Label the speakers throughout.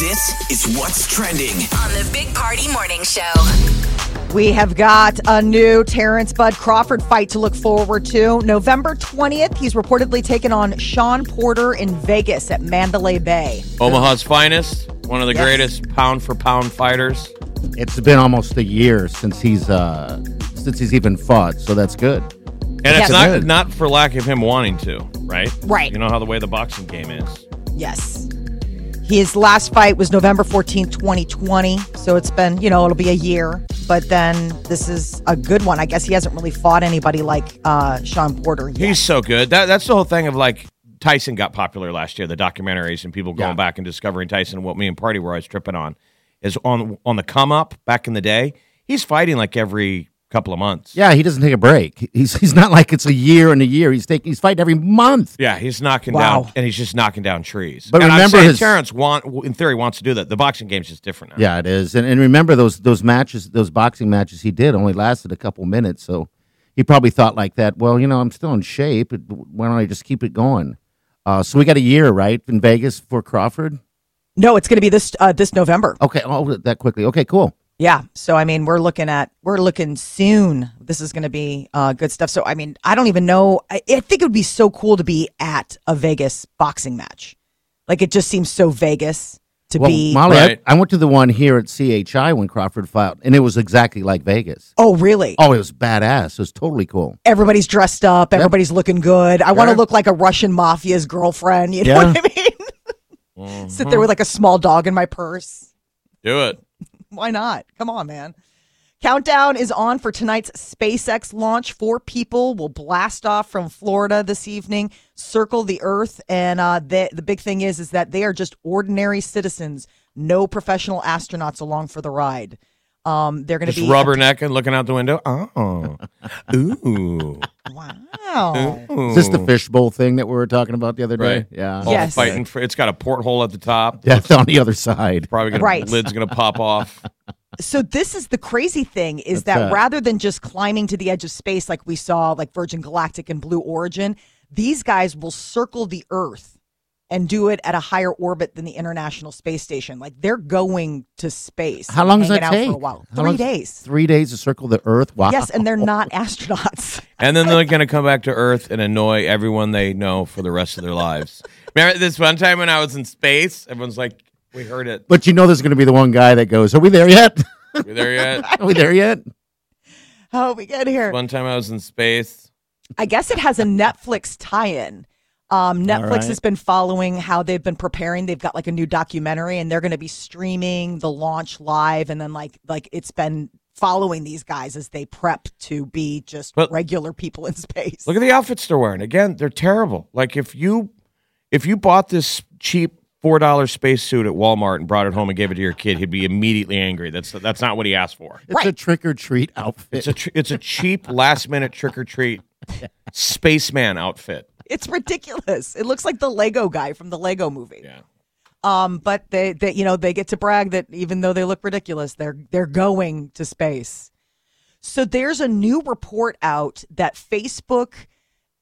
Speaker 1: This is what's trending
Speaker 2: on the Big Party Morning Show.
Speaker 3: We have got a new Terrence Bud Crawford fight to look forward to. November 20th, he's reportedly taken on Sean Porter in Vegas at Mandalay Bay.
Speaker 4: Omaha's finest, one of the greatest pound for pound fighters.
Speaker 5: It's been almost a year since he's uh since he's even fought, so that's good.
Speaker 4: And it's
Speaker 3: Yes.
Speaker 4: not
Speaker 5: Good.
Speaker 4: not for lack of him wanting to, right?
Speaker 3: Right.
Speaker 4: You know how the way the boxing game is.
Speaker 3: Yes. His last fight was November 14th, 2020. So it's been, you know, it'll be a year. But then this is a good one. I guess he hasn't really fought anybody like uh, Sean Porter yet.
Speaker 4: He's so good. That that's the whole thing of like Tyson got popular last year, the documentaries and people going
Speaker 5: Yeah.
Speaker 4: back and discovering Tyson what me and Party were always tripping on is on on the come up back in the day, he's fighting like every couple of months.
Speaker 5: Yeah, he doesn't take a break. He's he's not like it's a year and a year. He's taking he's fighting every month.
Speaker 4: Yeah, he's knocking
Speaker 3: Wow.
Speaker 4: down and he's just knocking down trees.
Speaker 5: But
Speaker 4: and I'm
Speaker 5: remember
Speaker 4: saying
Speaker 5: his-
Speaker 4: Terrence want in theory wants to do that. The boxing game's just different now.
Speaker 5: Yeah, it is. And and remember those those matches, those boxing matches he did only lasted a couple minutes, so he probably thought like that. Well, you know, I'm still in shape. It- Why don't I just keep it going? Uh, so we got a year, right, in Vegas for Crawford.
Speaker 3: No, it's going to be this uh, this November.
Speaker 5: Okay, oh, that quickly. Okay, cool.
Speaker 3: Yeah. So I mean, we're looking at we're looking soon. This is going to be uh, good stuff. So I mean, I don't even know. I, I think it would be so cool to be at a Vegas boxing match. Like it just seems so Vegas to
Speaker 5: Well,
Speaker 3: be.
Speaker 5: Molly, I-
Speaker 4: Right.
Speaker 5: I, went to the one here at CHI when Crawford fought, and it was exactly like Vegas.
Speaker 3: oh, really?
Speaker 5: Oh, it was badass. It was totally cool.
Speaker 3: Everybody's dressed up. Everybody's looking good. I want to look like a Russian mafia's girlfriend. You know
Speaker 5: Yeah. Mm-hmm.
Speaker 3: what I mean? Sit there with like a small dog in my purse.
Speaker 4: Do it.
Speaker 3: Why not? Come on, man. Countdown is on for tonight's SpaceX launch. Four people will blast off from Florida this evening, circle the Earth, and uh, the the big thing is is that they are just ordinary citizens, no professional astronauts along for the ride. Um, they're going to
Speaker 4: Just
Speaker 3: be
Speaker 4: rubbernecking, looking out the window. Oh, ooh,
Speaker 3: Wow.
Speaker 5: Is this the fishbowl thing that we were talking about the other day?
Speaker 4: Right.
Speaker 5: Yeah.
Speaker 4: All
Speaker 3: Yes.
Speaker 4: fighting for. It's got a porthole at the top.
Speaker 5: Death on the other side.
Speaker 4: Probably gonna
Speaker 3: Right.
Speaker 4: lid's gonna pop off.
Speaker 3: So this is the crazy thing is
Speaker 5: What's
Speaker 3: that,
Speaker 5: that?
Speaker 3: rather than just climbing to the edge of space like we saw like Virgin Galactic and Blue Origin, these guys will circle the Earth and do it at a higher orbit than the International Space Station. Like they're going to space.
Speaker 5: How
Speaker 3: and
Speaker 5: long does that
Speaker 3: hanging
Speaker 5: take?
Speaker 3: Out for a while.
Speaker 5: How
Speaker 3: Three
Speaker 5: long's-
Speaker 3: days.
Speaker 5: Three days to circle the Earth. Wow.
Speaker 3: Yes, and they're not astronauts.
Speaker 4: And then they're gonna come back to Earth and annoy everyone they know for the rest of their lives. Remember this one time when I was in space? Everyone's like, "We heard it.
Speaker 5: But you know, there's going to be the one guy that goes, "Are we there yet?
Speaker 4: We there yet?"
Speaker 5: Are we there yet?"
Speaker 3: How did we get here?
Speaker 4: One time I was in space.
Speaker 3: I guess it has a Netflix tie-in. Um, Netflix
Speaker 5: right.
Speaker 3: has been following how they've been preparing. They've got like a new documentary, and they're going to be streaming the launch live, and then like like it's been following these guys as they prep to be just
Speaker 4: But-
Speaker 3: regular people in space.
Speaker 4: Look at the outfits they're wearing. Again, they're terrible. Like if you if you bought this cheap four dollar space suit at Walmart and brought it home and gave it to your kid, he'd be immediately angry. That's that's not what he asked for.
Speaker 5: It's a trick or treat outfit.
Speaker 4: It's a tr- it's a cheap last minute trick or treat spaceman outfit.
Speaker 3: it's ridiculous. It looks like the Lego guy from the Lego movie. Yeah. Um, but they, they, you know, they get to brag that even though they look ridiculous, they're they're going to space. So there's a new report out that Facebook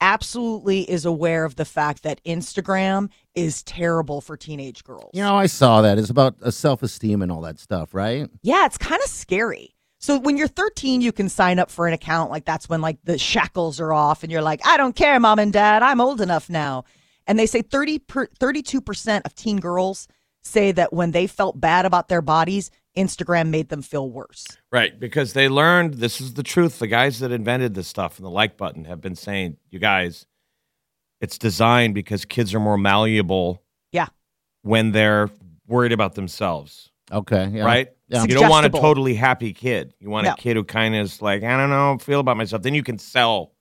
Speaker 3: absolutely is aware of the fact that Instagram is terrible for teenage girls.
Speaker 5: you know, I saw that. It's about uh, self esteem and all that stuff, right?
Speaker 3: Yeah, it's kind of scary. So when you're 13, you can sign up for an account. Like that's when like the shackles are off and you're like, I don't care, mom and dad. I'm old enough now. And they say 30 per, 32% of teen girls say that when they felt bad about their bodies, Instagram made them feel worse.
Speaker 4: Right, because they learned this is the truth. The guys that invented this stuff and the like button have been saying, you guys, it's designed because kids are more malleable
Speaker 3: Yeah.
Speaker 4: when they're worried about themselves.
Speaker 5: Okay. Yeah.
Speaker 4: Right?
Speaker 5: Yeah.
Speaker 4: You don't want a
Speaker 3: Suggestible.
Speaker 4: totally happy kid. You want
Speaker 3: No.
Speaker 4: a kid who kind of is like, I don't know, feel about myself. Then you can sell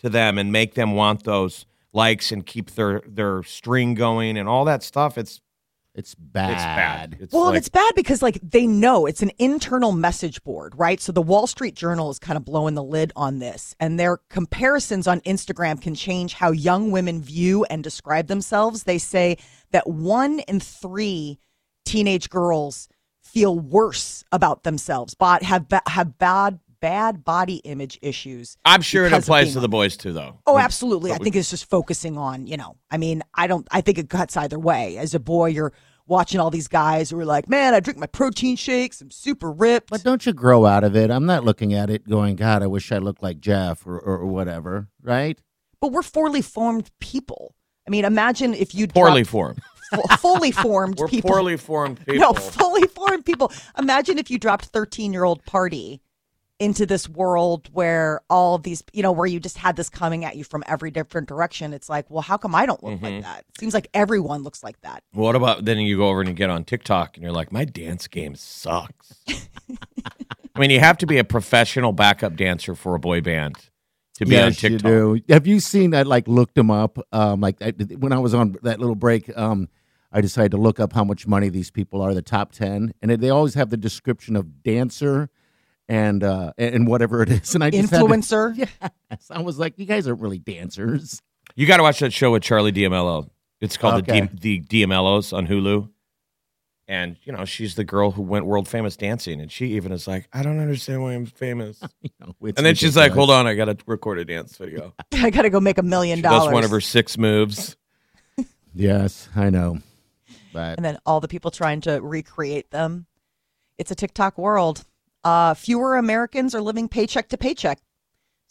Speaker 4: to them and make them want those likes and keep their their string going and all that stuff. It's
Speaker 5: It's bad.
Speaker 4: It's bad. It's
Speaker 3: well, and
Speaker 4: like-
Speaker 3: it's bad because like they know it's an internal message board, right? So the Wall Street Journal is kind of blowing the lid on this, and their comparisons on Instagram can change how young women view and describe themselves. They say that one in three teenage girls feel worse about themselves, but have ba- have bad bad body image issues.
Speaker 4: I'm sure it
Speaker 3: because of
Speaker 4: applies
Speaker 3: being
Speaker 4: to the boys too, though.
Speaker 3: Oh, absolutely. I think it's just focusing on, you know, I mean, I don't, I think it cuts either way. As a boy, you're watching all these guys who are like, man, I drink my protein shakes. I'm super ripped.
Speaker 5: But don't you grow out of it? I'm not looking at it going, God, I wish I looked like Jeff or, or, or whatever, right?
Speaker 3: But we're poorly formed people. I mean, imagine if you
Speaker 4: Poorly
Speaker 3: dropped
Speaker 4: formed.
Speaker 3: fu- fully formed
Speaker 4: We're
Speaker 3: people.
Speaker 4: poorly formed people.
Speaker 3: No, fully formed people. Imagine if you dropped 13 year old party into this world where all of these, you know, where you just had this coming at you from every different direction. It's like, well, how come I don't look
Speaker 4: Mm-hmm.
Speaker 3: like that? Seems like everyone looks like that.
Speaker 4: What about then you go over and you get on TikTok and you're like, my dance game sucks. I mean, you have to be a professional backup dancer for a boy band to be on TikTok.
Speaker 5: You do. Have you seen? I like looked them up. Um, like I, when I was on that little break, um, I decided to look up how much money these people are, the top ten, and they always have the description of dancer and uh, and whatever it is. And I just had to-
Speaker 3: Influencer.
Speaker 5: yes, I was like, you guys aren't really dancers.
Speaker 4: You got to watch that show with Charlie D'Amello. It's called
Speaker 5: Okay.
Speaker 4: the, D- the D'Amellos on Hulu. And, you know, she's the girl who went world famous dancing. And she even is like, I don't understand why I'm famous.
Speaker 5: You know, it's
Speaker 4: and then she's like,
Speaker 5: ridiculous.
Speaker 4: hold on, I got to record a dance video.
Speaker 3: I gotta go make a million dollars.
Speaker 4: That's one of her six moves.
Speaker 5: Yes, I know. But
Speaker 3: And then all the people trying to recreate them. It's a TikTok world. Uh, fewer Americans are living paycheck to paycheck.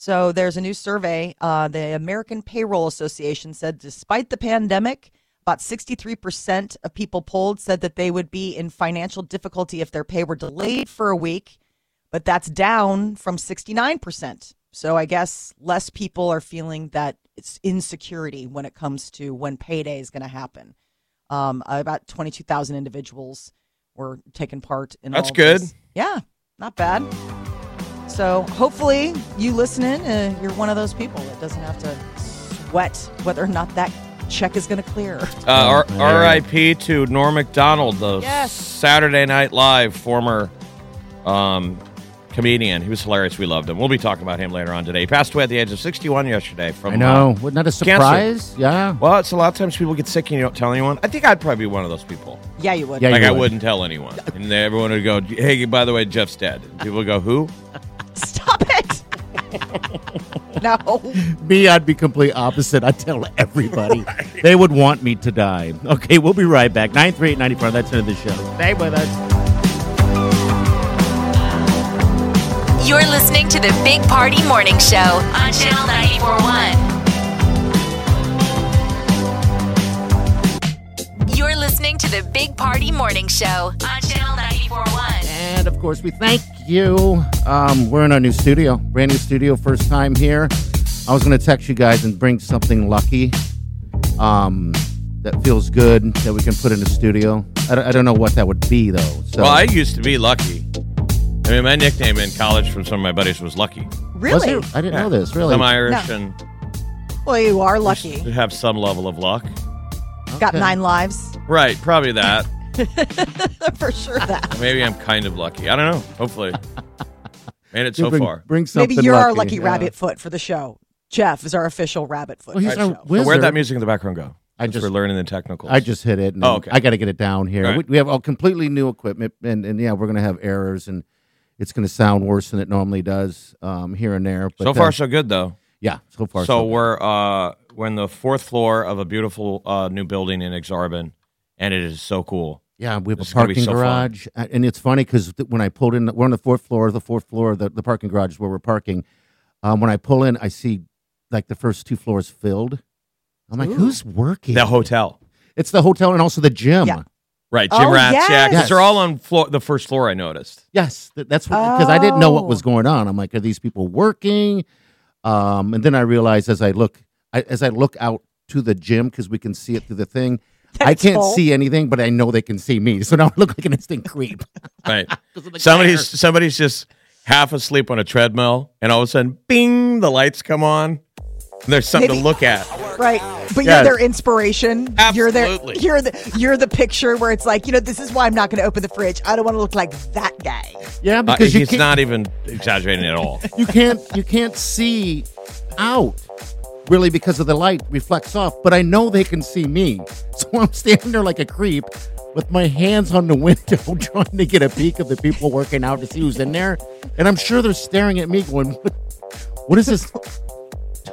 Speaker 3: So there's a new survey. Uh, the American Payroll Association said, despite the pandemic, about 63% of people polled said that they would be in financial difficulty if their pay were delayed for a week, but that's down from 69%. So I guess less people are feeling that it's insecurity when it comes to when payday is going to happen. Um, about 22,000 individuals were taking part in
Speaker 4: That's
Speaker 3: all of
Speaker 4: good.
Speaker 3: this. Yeah, not bad. So hopefully you listening, uh, you're one of those people that doesn't have to sweat whether or not that check is going to clear.
Speaker 4: Uh, R- R.I.P. to Norm MacDonald, the
Speaker 3: Yes.
Speaker 4: Saturday Night Live former um, comedian. He was hilarious. We loved him. We'll be talking about him later on today. He passed away at the age of 61 yesterday from.
Speaker 5: I know.
Speaker 4: uh,
Speaker 5: What, not a surprise. Yeah.
Speaker 4: well, it's a lot of times people get sick and you don't tell anyone. I think I'd probably be one of those people.
Speaker 3: Yeah, you would.
Speaker 5: Yeah, you
Speaker 4: Like, I
Speaker 5: would.
Speaker 4: wouldn't tell anyone. And then everyone would go, hey, by the way, Jeff's dead. And people would go, who?
Speaker 3: Stop it. no.
Speaker 5: Me, I'd be complete opposite. I'd tell everybody. They would want me to die. Okay, we'll be right back. 938-94, that's the end of the show. Stay with us.
Speaker 2: You're listening to the Big Party Morning Show on Channel 941. You're listening to the Big Party Morning Show on Channel 941.
Speaker 5: And of course, we thank you. Um, we're in our new studio, brand new studio, first time here. I was going to text you guys and bring something lucky um, that feels good that we can put in the studio. I don't, I don't know what that would be, though. So.
Speaker 4: Well, I used to be Lucky. I mean, my nickname in college from some of my buddies was Lucky.
Speaker 5: Was
Speaker 3: Really?
Speaker 5: it? I didn't know this, really.
Speaker 4: I'm Irish and
Speaker 3: Well, you are lucky.
Speaker 4: have some level of luck.
Speaker 3: Got
Speaker 5: Okay.
Speaker 3: nine lives.
Speaker 4: Right, probably that.
Speaker 3: For sure that.
Speaker 4: Maybe I'm kind of lucky. I don't know. Hopefully. Made it
Speaker 5: Dude,
Speaker 4: so
Speaker 5: bring,
Speaker 4: far.
Speaker 5: Bring something
Speaker 3: Maybe you're our
Speaker 5: lucky
Speaker 3: lucky
Speaker 5: yeah.
Speaker 3: rabbit foot for the show. Jeff is our official rabbit foot
Speaker 5: Well, he's
Speaker 3: for the
Speaker 5: our
Speaker 3: show.
Speaker 4: So where'd that
Speaker 5: wizard.
Speaker 4: music in the background go?
Speaker 5: I
Speaker 4: Since
Speaker 5: just-
Speaker 4: we're learning the technicals.
Speaker 5: I just hit it. And
Speaker 4: Oh, okay.
Speaker 5: I got to get it down here.
Speaker 4: All right.
Speaker 5: We, we have all completely new equipment, and, and yeah, we're going to have errors, and it's going to sound worse than it normally does um, here and there. But
Speaker 4: so far
Speaker 5: uh,
Speaker 4: so good though.
Speaker 5: yeah, so far,
Speaker 4: So,
Speaker 5: so, good.
Speaker 4: we're uh we're in the fourth floor of a beautiful uh new building in Exarban and it is so cool.
Speaker 5: yeah, we have
Speaker 4: this
Speaker 5: a
Speaker 4: is gonna be
Speaker 5: parking
Speaker 4: so fun.
Speaker 5: garage, uh, and it's funny because th- when I pulled in, we're on the fourth floor. The fourth floor, the, the parking garage is where we're parking. Um, when I pull in, I see like the first two floors filled. I'm like, who's working?
Speaker 4: The hotel.
Speaker 5: it's the hotel and also the gym.
Speaker 3: Yeah.
Speaker 4: Right, Jim
Speaker 3: Oh,
Speaker 4: Rats, yeah, because
Speaker 5: yes.
Speaker 4: they're all on floor the first floor I noticed.
Speaker 5: Yes, th- that's because I didn't know what
Speaker 3: Oh.
Speaker 5: was going on. I'm like, are these people working? Um, and then I realized as I look, I, as I look out to the gym because we can see it through the thing. I
Speaker 3: it's
Speaker 5: can't
Speaker 3: full.
Speaker 5: see anything, but I know they can see me. So now I look like an instant creep.
Speaker 4: Right. somebody's somebody's just half asleep on a treadmill and all of a sudden bing the lights come on. There's something
Speaker 3: Maybe-
Speaker 4: to look at.
Speaker 3: Right. But
Speaker 4: Yes.
Speaker 3: you're their inspiration.
Speaker 4: Absolutely.
Speaker 3: You're their you're the you're the picture where it's like, you know, this is why I'm not gonna open the fridge. I don't want to look like that guy.
Speaker 5: Yeah,
Speaker 4: Uh,
Speaker 5: because you
Speaker 4: he's
Speaker 5: can't,
Speaker 4: not even exaggerating at all.
Speaker 5: you can't you can't see out really because of the light reflects off. But I know they can see me, so I'm standing there like a creep with my hands on the window trying to get a peek of the people working out to see who's in there, and I'm sure they're staring at me going, "What, what is this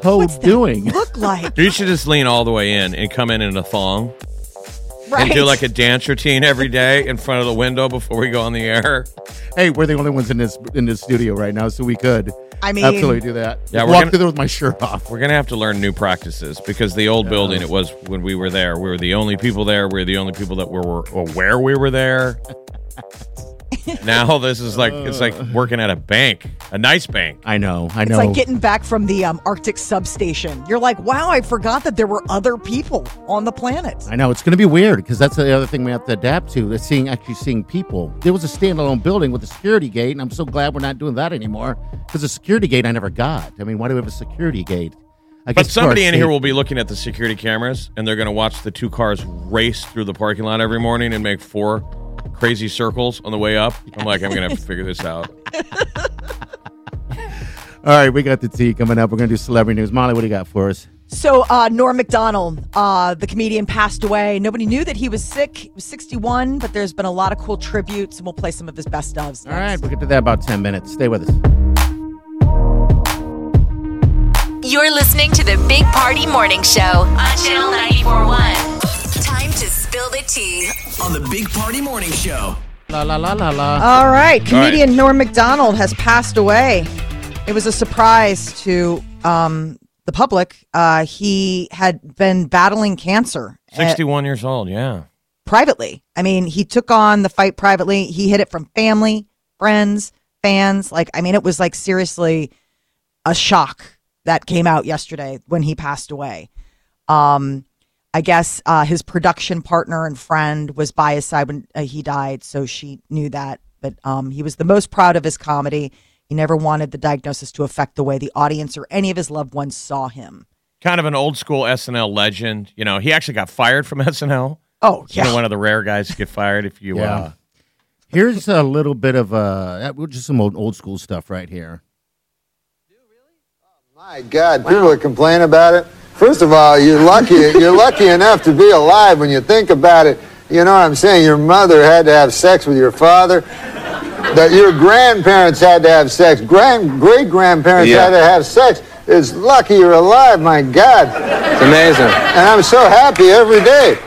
Speaker 5: toad
Speaker 3: What's that
Speaker 5: doing?"
Speaker 3: Look like
Speaker 4: You should just lean all the way in and come in in a thong
Speaker 3: right.
Speaker 4: and do like a dance routine every day in front of the window before we go on the air.
Speaker 5: Hey, we're the only ones in this in this studio right now, so we could
Speaker 3: I mean-
Speaker 5: absolutely do that.
Speaker 4: Yeah,
Speaker 5: Just
Speaker 4: we're
Speaker 5: walk
Speaker 4: gonna-
Speaker 5: through there with my shirt off.
Speaker 4: We're gonna have to learn new practices because the old building it was when we were there. We were the only people there. We were the only people that were, were aware we were there. now this is like it's like working at a bank, a nice bank.
Speaker 5: I know, I
Speaker 3: it's
Speaker 5: know.
Speaker 3: like getting back from the um, Arctic substation. You're like, wow, I forgot that there were other people on the planet.
Speaker 5: I know it's going to be weird because that's the other thing we have to adapt to. Is seeing actually seeing people. There was a standalone building with a security gate, and I'm so glad we're not doing that anymore because the security gate I never got. I mean, why do we have a security gate? I
Speaker 4: But
Speaker 5: guess for our
Speaker 4: somebody in here
Speaker 5: safety.
Speaker 4: will be looking at the security cameras and they're gonna watch the two cars race through the parking lot every morning and make four crazy circles on the way up. I'm like, I'm gonna have to figure this out.
Speaker 5: All right, we got the tea coming up. We're going to do celebrity news. Molly, what do you got for us?
Speaker 3: So uh, Norm Macdonald, uh, the comedian, passed away. Nobody knew that he was sick. He was 61, but there's been a lot of cool tributes, and we'll play some of his best ofs.
Speaker 5: All right, we'll get to that in about ten minutes. Stay with us.
Speaker 2: You're listening to the Big Party Morning Show on Channel 941. Time to spill the tea.
Speaker 1: on the Big Party Morning Show.
Speaker 5: La la la la la.
Speaker 3: All right, comedian Norm Macdonald has passed away. It was a surprise to um, the public. Uh, he had been battling cancer uh,
Speaker 4: Sixty-one years old, yeah.
Speaker 3: privately. I mean, he took on the fight privately. He hid it from family, friends, fans. Like, I mean, it was like seriously a shock that came out yesterday when he passed away. Um, I guess uh, his production partner and friend was by his side when uh, he died, so she knew that. But um, he was the most proud of his comedy. He never wanted the diagnosis to affect the way the audience or any of his loved ones saw him.
Speaker 4: Kind of an old school SNL legend. You know, he actually got fired from SNL.
Speaker 3: Oh,
Speaker 4: You're
Speaker 3: yeah.
Speaker 4: one of the rare guys to get fired if you
Speaker 5: Yeah.
Speaker 4: uh,
Speaker 5: Here's a little bit of uh, that- well, just some old old school stuff right here.
Speaker 6: My God, people are complaining about it. First of all, you're lucky. You're lucky enough to be alive when you think about it. You know what I'm saying? Your mother had to have sex with your father. That your grandparents had to have sex. Grand, great grandparents
Speaker 7: Yeah.
Speaker 6: had to have sex. It's lucky you're alive. My God,
Speaker 7: It's amazing.
Speaker 6: and I'm so happy every day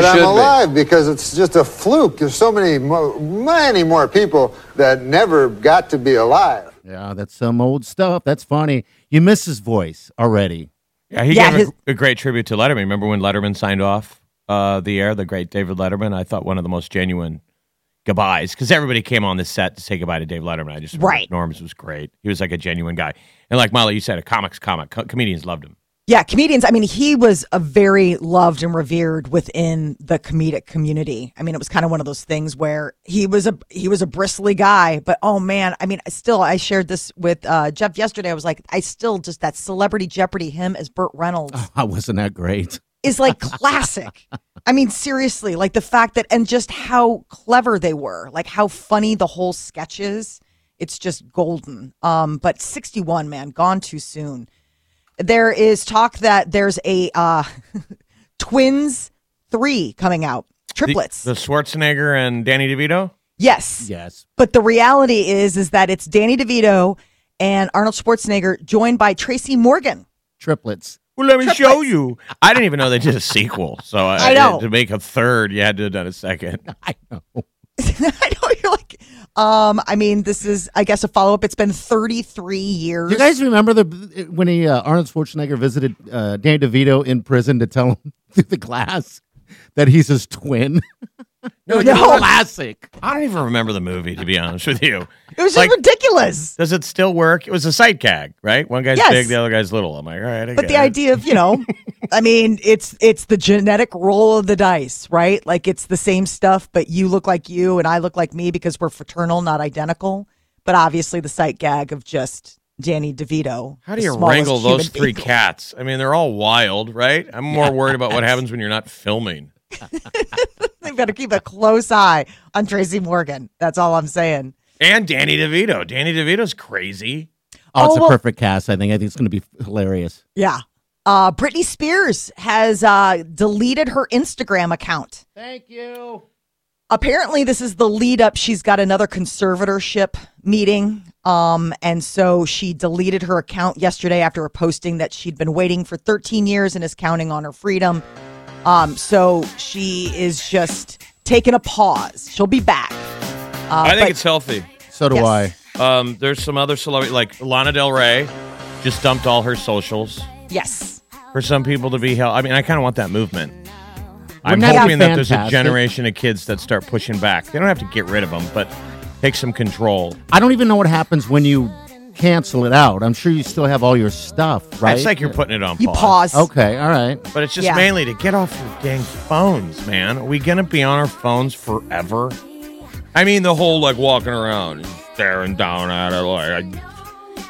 Speaker 6: that
Speaker 7: should
Speaker 6: I'm
Speaker 7: be.
Speaker 6: alive because it's just a fluke. There's so many, mo- many more people that never got to be alive.
Speaker 5: Yeah, that's some old stuff. That's funny. You miss his voice already.
Speaker 4: Yeah, he
Speaker 3: Yeah,
Speaker 4: gave
Speaker 3: his-
Speaker 4: a, a great tribute to Letterman. Remember when Letterman signed off uh, the air, the great David Letterman? I thought one of the most genuine goodbyes because everybody came on the set to say goodbye to Dave Letterman. I just remember
Speaker 3: Right.
Speaker 4: Norms was great. He was like a genuine guy, and like Molly, you said, a comics comic. Co- comedians loved him.
Speaker 3: Yeah, comedians. I mean, he was a very loved and revered within the comedic community. I mean, it was kind of one of those things where he was a he was a bristly guy, but oh man, I mean, still, I shared this with uh, Jeff yesterday. I was like, I still just that celebrity Jeopardy him as Burt Reynolds
Speaker 5: I wasn't that great.
Speaker 3: is like classic. I mean, seriously, like the fact that and just how clever they were, like how funny the whole sketch is. It's just golden. Um, but 61, man, gone too soon. There is talk that there's a uh, twins three coming out,
Speaker 4: The-
Speaker 3: triplets.
Speaker 4: the Schwarzenegger and Danny DeVito.
Speaker 3: yes.
Speaker 5: Yes.
Speaker 3: But the reality is, is that it's Danny DeVito and Arnold Schwarzenegger joined by Tracy Morgan.
Speaker 5: Triplets.
Speaker 4: Well, let me show you. I didn't even know they did a sequel. So I,
Speaker 3: I know.
Speaker 4: to make a third, you had to have done a second.
Speaker 5: I know.
Speaker 3: I know you're like, um, I mean, this is, I guess, a follow up. It's been 33 years.
Speaker 5: Do you guys remember the when he uh, Arnold Schwarzenegger visited uh, Danny DeVito in prison to tell him through the glass that he's his twin? no,
Speaker 3: no.
Speaker 5: classic. Oh,
Speaker 4: I don't even remember the movie to be honest with you.
Speaker 3: it was just
Speaker 4: like-
Speaker 3: ridiculous.
Speaker 4: Does it still work? It was a sight gag, right? One guy's
Speaker 3: Yes.
Speaker 4: big, the other guy's little. I'm like, all right. I
Speaker 3: But
Speaker 4: get
Speaker 3: the
Speaker 4: it.
Speaker 3: idea of, you know, I mean, it's it's the genetic roll of the dice, right? Like it's the same stuff, but you look like you and I look like me because we're fraternal, not identical. But obviously, the sight gag of just Danny DeVito.
Speaker 4: How do
Speaker 3: the
Speaker 4: you
Speaker 3: smallest
Speaker 4: wrangle those
Speaker 3: human
Speaker 4: three
Speaker 3: being.
Speaker 4: cats? I mean, they're all wild, right? I'm more worried about what happens when you're not filming.
Speaker 3: They better keep a close eye on Tracy Morgan. That's all I'm saying.
Speaker 4: And Danny DeVito. Danny DeVito's crazy.
Speaker 5: Oh, it's
Speaker 3: Oh,
Speaker 5: a
Speaker 3: well-
Speaker 5: perfect cast. I think. I think it's going to be hilarious.
Speaker 3: Yeah. Uh, Britney Spears has uh, deleted her Instagram account.
Speaker 5: Thank you.
Speaker 3: Apparently, this is the lead up. She's got another conservatorship meeting. Um, and so she deleted her account yesterday after a posting that she'd been waiting for 13 years and is counting on her freedom. Um, so she is just taking a pause. She'll be back.
Speaker 4: I think
Speaker 3: Uh, but-
Speaker 4: it's healthy.
Speaker 5: So do
Speaker 3: Yes.
Speaker 5: I.
Speaker 4: Um, there's some other celebrity like Lana Del Rey just dumped all her socials
Speaker 3: Yes.
Speaker 4: for some people to be held. I mean, I kind of want that movement. I'm
Speaker 5: Wouldn't that be
Speaker 4: hoping that there's a
Speaker 5: fantastic?
Speaker 4: generation of kids that start pushing back. They don't have to get rid of them, but take some control.
Speaker 5: I don't even know what happens when you cancel it out. I'm sure you still have all your stuff, right?
Speaker 4: It's like you're putting it on
Speaker 3: You
Speaker 4: pause.
Speaker 3: pause.
Speaker 5: Okay, all right.
Speaker 4: But it's just
Speaker 3: Yeah.
Speaker 4: mainly to get off your dang phones, man. Are we gonna be on our phones forever? I mean, the whole like walking around, staring down at it. Like, I-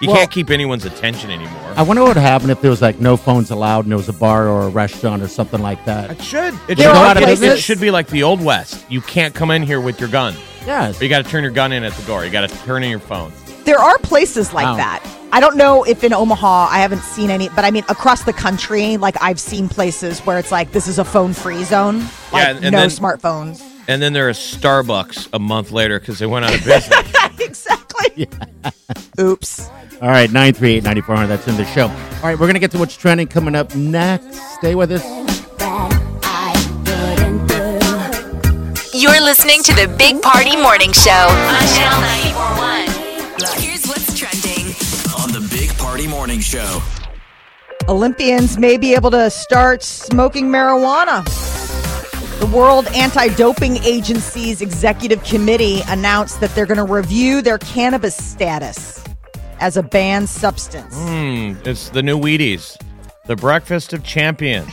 Speaker 4: you
Speaker 3: Well-
Speaker 4: can't keep anyone's attention anymore.
Speaker 5: I wonder what would happen if there was like no phones allowed and there was a bar or a restaurant or something like that.
Speaker 4: it should. It
Speaker 5: There
Speaker 4: should,
Speaker 5: are
Speaker 4: be- it
Speaker 5: places-
Speaker 4: should be like the old west. You can't come in here with your gun.
Speaker 5: Yes.
Speaker 4: You got to turn your gun in at the door. You got to turn in your phone.
Speaker 3: There are places like
Speaker 5: Wow.
Speaker 3: that. I don't know if in Omaha, I haven't seen any, but I mean, across the country, like I've seen places where it's like, this is a phone free zone. Like,
Speaker 4: Yeah, and- and
Speaker 3: no
Speaker 4: then-
Speaker 3: smartphones.
Speaker 4: And then there is Starbucks a month later because they went out of business.
Speaker 3: exactly. Oops.
Speaker 5: All right, 938 9400. That's in the show. All right, we're going to get to what's trending coming up next. Stay with us.
Speaker 2: You're listening to the Big Party Morning Show on Channel 941. Here's what's trending.
Speaker 1: On the Big Party Morning Show.
Speaker 3: Olympians may be able to start smoking marijuana. The World Anti Doping Agency's Executive Committee announced that they're going to review their cannabis status as a banned substance.
Speaker 4: Mm. it's the new Wheaties, the breakfast of champions.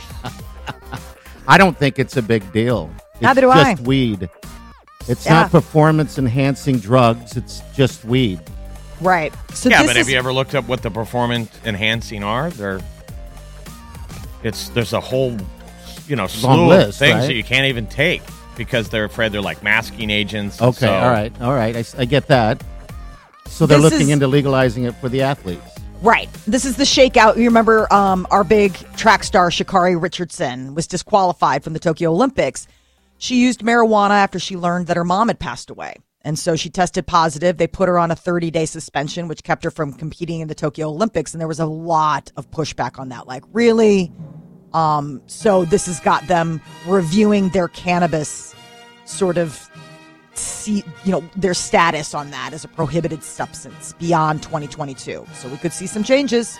Speaker 5: I don't think it's a big deal. It's
Speaker 3: Neither do
Speaker 5: just
Speaker 3: I.
Speaker 5: weed. It's
Speaker 3: Yeah.
Speaker 5: not performance enhancing drugs, it's just weed.
Speaker 3: Right. So
Speaker 4: yeah,
Speaker 3: this
Speaker 4: but
Speaker 3: is
Speaker 4: have you ever looked up what the performance enhancing are? They're it's there's a whole you know slew
Speaker 5: Long
Speaker 4: of
Speaker 5: list,
Speaker 4: things
Speaker 5: right?
Speaker 4: that you can't even take because they're afraid they're like masking agents. and
Speaker 5: Okay,
Speaker 4: so-
Speaker 5: all right, all right. I s- I, get that. So they're
Speaker 3: This
Speaker 5: looking
Speaker 3: is-
Speaker 5: into legalizing it for the athletes.
Speaker 3: Right. This is the shakeout. You remember um, our big track star, Shakari Richardson, was disqualified from the Tokyo Olympics. She used marijuana after she learned that her mom had passed away. And so she tested positive. They put her on a 30 day suspension, which kept her from competing in the Tokyo Olympics. And there was a lot of pushback on that. Like, really? Um, so this has got them reviewing their cannabis sort of see you know their status on that as a prohibited substance beyond 2022 so we could see some changes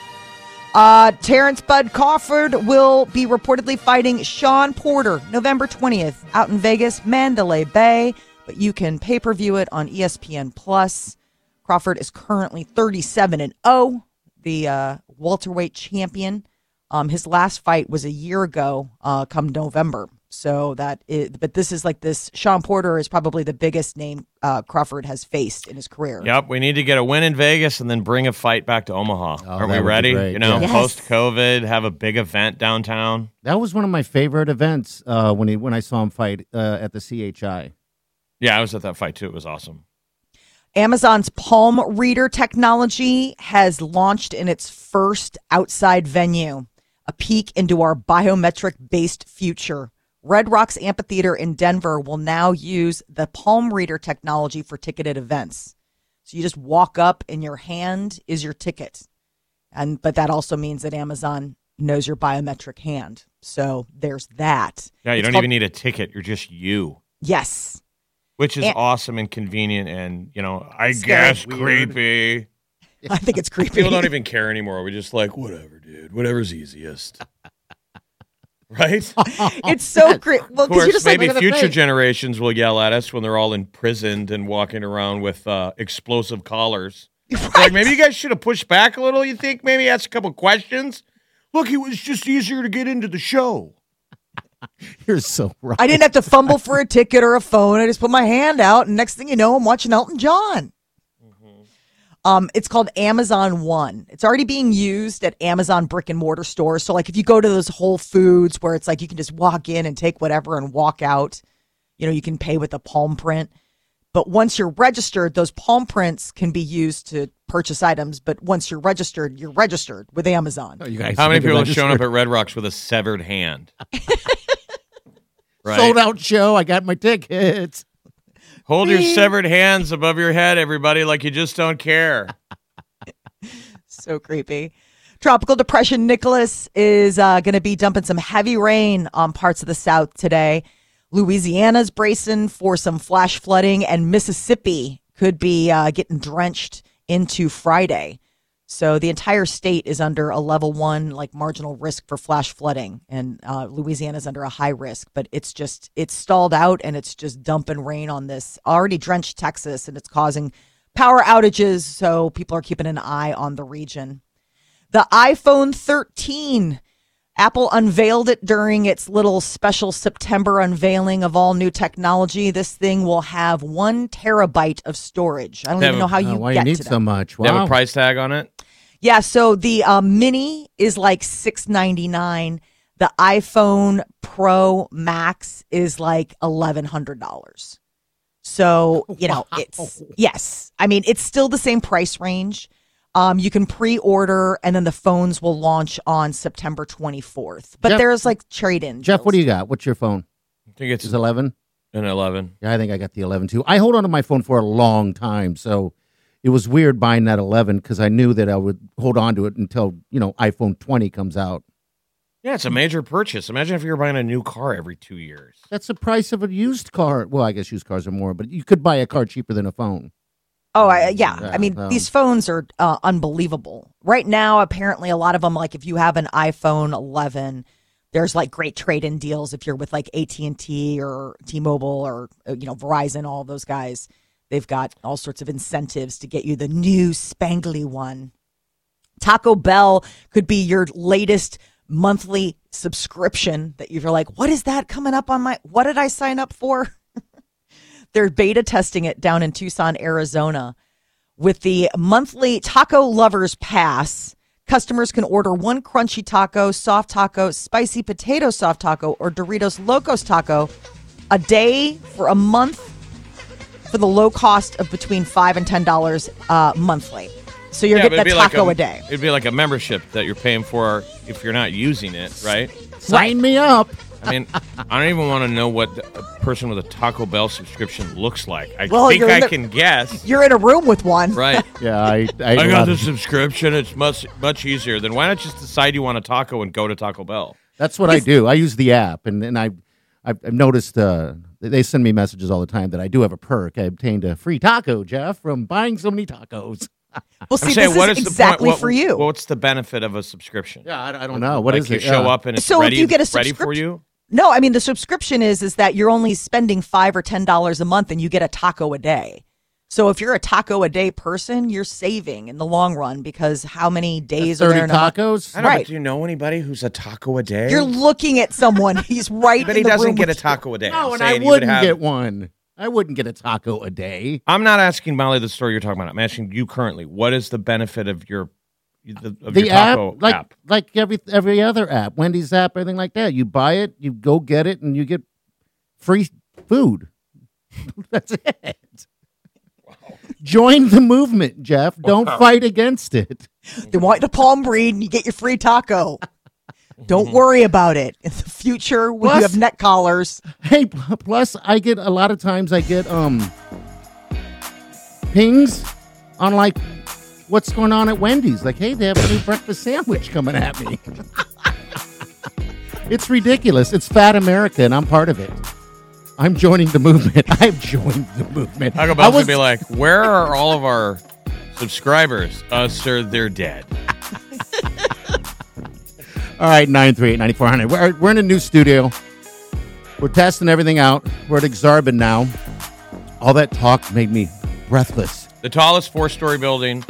Speaker 3: uh terrence bud crawford will be reportedly fighting sean porter november 20th out in vegas mandalay bay but you can pay-per-view it on E espn plus crawford is currently 37 and 0 the uh welterweight champion um his last fight was a year ago uh come november so that is, but this is like this. Sean Porter is probably the biggest name uh, Crawford has faced in his career.
Speaker 4: Yep, we need to get a win in Vegas and then bring a fight back to Omaha. Are we
Speaker 5: Oh, that would be
Speaker 4: ready?
Speaker 5: great,
Speaker 4: You know,
Speaker 5: yeah.
Speaker 3: Yes.
Speaker 4: post COVID, have a big event downtown.
Speaker 5: That was one of my favorite events uh, when he when I saw him fight uh, at the CHI.
Speaker 4: Yeah, I was at that fight too. It was awesome.
Speaker 3: Amazon's Palm Reader technology has launched in its first outside venue, a peek into our biometric based future. Red Rocks Amphitheater in Denver will now use the Palm Reader technology for ticketed events. So you just walk up and your hand is your ticket. And but that also means that Amazon knows your biometric hand. So there's that.
Speaker 4: Yeah, you
Speaker 3: It's
Speaker 4: don't
Speaker 3: called-
Speaker 4: even need a ticket. You're just you,
Speaker 3: Yes.
Speaker 4: which is
Speaker 3: And-
Speaker 4: awesome and convenient and, you know, I
Speaker 3: Scary.
Speaker 4: guess creepy.
Speaker 3: I think it's creepy.
Speaker 4: People don't even care anymore. We're just like, whatever, dude. Whatever's easiest. right? Of
Speaker 3: it's so creepy. Well, because you're
Speaker 4: course,
Speaker 3: Oh, just like,
Speaker 4: maybe
Speaker 3: look at the
Speaker 4: future
Speaker 3: face.
Speaker 4: generations will yell at us when they're all imprisoned and walking around with uh, explosive collars. Like, maybe you guys should have pushed back a little, you think? Maybe ask a couple questions? Look, it was just easier to get into the show.
Speaker 5: You're so right.
Speaker 3: I didn't have to fumble for a ticket or a phone. I just put my hand out, and next thing you know, I'm watching Elton John. Um, it's called Amazon One. It's already being used at Amazon brick and mortar stores. So, like, if you go to those Whole Foods where it's like you can just walk in and take whatever and walk out, you know, you can pay with a palm print. But once you're registered, those palm prints can be used to purchase items. But once you're registered, you're registered with Amazon.
Speaker 5: You guys
Speaker 4: How many
Speaker 5: need to
Speaker 4: people have shown up
Speaker 5: register.
Speaker 4: at Red Rocks with a severed hand? right.
Speaker 5: Sold out show. I got my tickets.
Speaker 4: Hold your severed hands above your head, everybody, like you just don't care.
Speaker 3: So creepy. Tropical Depression Nicholas is uh, going to be dumping some heavy rain on parts of the South today. Louisiana's bracing for some flash flooding, and Mississippi could be uh, getting drenched into Friday. So the entire state is under a level one, like marginal risk for flash flooding, and uh, Louisiana's under a high risk. But it's just it's stalled out, and it's just dumping rain on this already drenched Texas, and it's causing power outages. So people are keeping an eye on the region. The iPhone 13. Apple unveiled it during its little special September unveiling of all new technology. This thing will have one terabyte of storage. I don't
Speaker 4: They
Speaker 3: even
Speaker 4: have
Speaker 3: know
Speaker 4: a-
Speaker 3: how you
Speaker 5: Oh, why you
Speaker 3: get
Speaker 5: need
Speaker 3: to that.
Speaker 5: so much?
Speaker 4: They have
Speaker 5: Wow.
Speaker 4: a price tag on it.
Speaker 3: Yeah, so the uh, mini is like six ninety nine. The iPhone Pro Max is like eleven hundred dollars. So you know it's yes. I mean it's still the same price range. Um, you can pre-order, and then the phones will launch on September twenty fourth. But
Speaker 5: Jeff-
Speaker 3: there's like trade-in.
Speaker 5: Jeff, what do you got? What's your phone?
Speaker 4: I think it's
Speaker 5: Is eleven?
Speaker 4: an 11.
Speaker 5: Yeah, I think I got the 11 too. I hold on to my phone for a long time, so it was weird buying that 11 because I knew that I would hold on to it until you know iPhone 20 comes out.
Speaker 4: Yeah, it's a major purchase. Imagine if you were buying a new car every two years.
Speaker 5: That's the price of a used car. Well, I guess used cars are more, but you could buy a car cheaper than a phone.
Speaker 3: Oh, I, yeah.
Speaker 5: Yeah,
Speaker 3: I mean,
Speaker 5: um,
Speaker 3: these phones are uh, unbelievable. Right now, apparently, a lot of them, like if you have an iPhone 11, there's like great trade-in deals if you're with like AT&T or T-Mobile or uh, you know Verizon, all those guys. They've got all sorts of incentives to get you the new spangly one. Taco Bell could be your latest monthly subscription that you're like, "What is that coming up on my what did I sign up for?" They're beta testing it down in Tucson, Arizona with the monthly Taco Lovers Pass. Customers can order one crunchy taco, soft taco, spicy potato soft taco, or Doritos Locos taco a day for a month for the low cost of between five and ten dollars uh, monthly. So you're
Speaker 4: yeah, but
Speaker 3: getting a
Speaker 4: it'd
Speaker 3: taco
Speaker 4: like
Speaker 3: a day.
Speaker 4: It'd be like a membership that you're paying for if you're not using it, right?
Speaker 5: Sign me up.
Speaker 4: I mean, I don't even want to know what a person with a Taco Bell subscription looks like. I
Speaker 3: Well,
Speaker 4: think
Speaker 3: you're in
Speaker 4: I
Speaker 3: the-
Speaker 4: can guess.
Speaker 3: You're in a room with one.
Speaker 4: Right.
Speaker 5: Yeah, I I,
Speaker 4: I
Speaker 5: love
Speaker 4: got
Speaker 5: it.
Speaker 4: the subscription. It's much much easier. Then why not just decide you want a taco and go to Taco Bell?
Speaker 5: That's what I do. I use the app, and and I I've, I've noticed uh, they send me messages all the time that I do have a perk. I obtained a free taco, Jeff, from buying so many tacos.
Speaker 3: Well,
Speaker 4: I'm
Speaker 3: see,
Speaker 4: saying,
Speaker 3: this
Speaker 4: what
Speaker 3: is
Speaker 4: is the
Speaker 3: exactly
Speaker 4: point? What-
Speaker 3: for you.
Speaker 4: What's the benefit of a subscription?
Speaker 5: Yeah, I, I don't know what
Speaker 4: like
Speaker 5: is
Speaker 4: you
Speaker 5: it. Uh,
Speaker 4: show
Speaker 5: Yeah.
Speaker 4: up and it's
Speaker 3: So if
Speaker 4: ready,
Speaker 3: you get a
Speaker 4: ready for
Speaker 3: subscript-
Speaker 4: you.
Speaker 3: No, I mean the subscription is is that you're only spending five or ten dollars a month and you get a taco a day. So if you're a taco a day person, you're saving in the long run because how many days are
Speaker 5: thirty
Speaker 3: there in a month?
Speaker 5: tacos.
Speaker 4: I don't know, but
Speaker 3: Right.
Speaker 4: do you know anybody who's a taco a day?
Speaker 3: You're looking at someone. He's right.
Speaker 4: but
Speaker 3: in
Speaker 4: eh? he
Speaker 3: the
Speaker 4: doesn't
Speaker 3: room
Speaker 4: get a
Speaker 3: with you.
Speaker 4: taco a day.
Speaker 5: No,
Speaker 4: I'm
Speaker 5: and I
Speaker 4: saying you would
Speaker 5: wouldn't
Speaker 4: have-
Speaker 5: get one. I wouldn't get a taco a day.
Speaker 4: I'm not asking Molly the story you're talking about. I'm asking you currently. What is the benefit of your the, of
Speaker 5: The
Speaker 4: your
Speaker 5: app,
Speaker 4: taco
Speaker 5: like
Speaker 4: app?
Speaker 5: like every every other app, Wendy's app, everything like that. You buy it, you go get it, and you get free food. That's it. Join the movement, Jeff. Don't fight against it.
Speaker 3: They want you to palm breed and you get your free taco.
Speaker 4: Mm-hmm.
Speaker 3: Don't worry about it. In the future, when you
Speaker 5: Plus-
Speaker 3: have neck collars,
Speaker 5: Hey, p- plus I get a lot of times I get um pings on like what's going on at Wendy's. Like, hey, they have a new breakfast sandwich coming at me. it's ridiculous. It's fat America, and I'm part of it. I'm joining the movement. I've joined the movement.
Speaker 4: Taco
Speaker 5: I
Speaker 4: Bell's
Speaker 5: was-
Speaker 4: gonna be like, where are all of our subscribers? Uh, sir, they're dead.
Speaker 5: All right, 938 9400. We're, we're in a new studio. We're testing everything out. We're at Exarban now. All that talk made me breathless.
Speaker 4: The tallest four story building.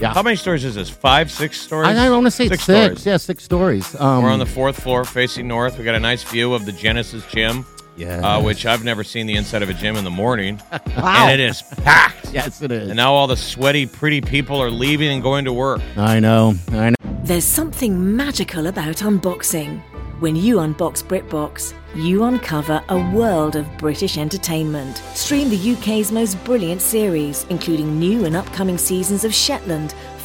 Speaker 5: Yeah.
Speaker 4: How many stories is this? Five, six stories?
Speaker 5: I, I want to say six.
Speaker 4: stories.
Speaker 5: six. Yeah, six stories. Um,
Speaker 4: We're on the fourth floor facing north. We got a nice view of the Genesis gym,
Speaker 5: yeah.
Speaker 4: uh, which I've never seen the inside of a gym in the morning.
Speaker 3: wow.
Speaker 4: And it is packed.
Speaker 5: yes, it is.
Speaker 4: And now all the sweaty, pretty people are leaving and going to work.
Speaker 5: I know. I know.
Speaker 7: There's something magical about unboxing. When you unbox BritBox, you uncover a world of British entertainment. Stream the UK's most brilliant series, including new and upcoming seasons of Shetland,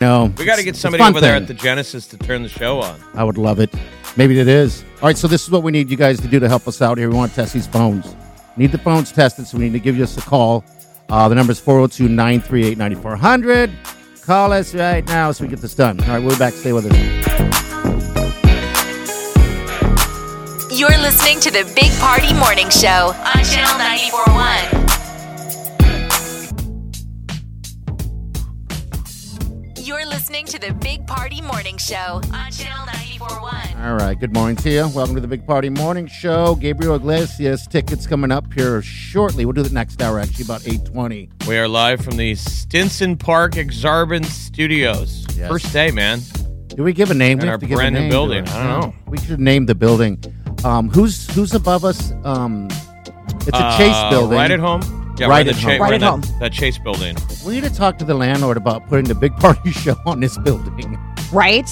Speaker 5: No.
Speaker 4: We got to
Speaker 5: It's-
Speaker 4: get
Speaker 5: it's a
Speaker 4: somebody
Speaker 5: fun
Speaker 4: over there
Speaker 5: thing.
Speaker 4: at the Genesis to turn the show on.
Speaker 5: I would love it. Maybe it is. All right, so this is what we need you guys to do to help us out here. We want to test these phones. Need the phones tested, so we need to give us a call. Uh, the number is 402 938 9400. Call us right now so we get this done. All right, we'll be back. Stay with us.
Speaker 2: You're listening to the Big Party Morning Show on Channel 941. You're listening to the Big Party Morning Show on Channel 941.
Speaker 5: All right, good morning to you. Welcome to the Big Party Morning Show. Gabriel Iglesias tickets coming up here shortly. We'll do the next hour, actually, about 820.
Speaker 4: We are live from the Stinson Park Exarban Studios.
Speaker 5: Yes.
Speaker 4: First day, man.
Speaker 5: Do we give a name?
Speaker 4: And
Speaker 5: we
Speaker 4: our
Speaker 5: have to give a
Speaker 4: brand new
Speaker 5: name
Speaker 4: building.
Speaker 5: to it.
Speaker 4: I don't know.
Speaker 5: We should name the building. Um, who's who's above us? Um, it's a Chase building.
Speaker 4: Uh, Right at home. we're
Speaker 5: Right
Speaker 4: in the
Speaker 5: at home.
Speaker 4: we're
Speaker 3: Right
Speaker 4: in
Speaker 3: at
Speaker 4: that- That Chase building.
Speaker 5: We need to talk to the landlord about putting the big party show on this building.
Speaker 3: Right?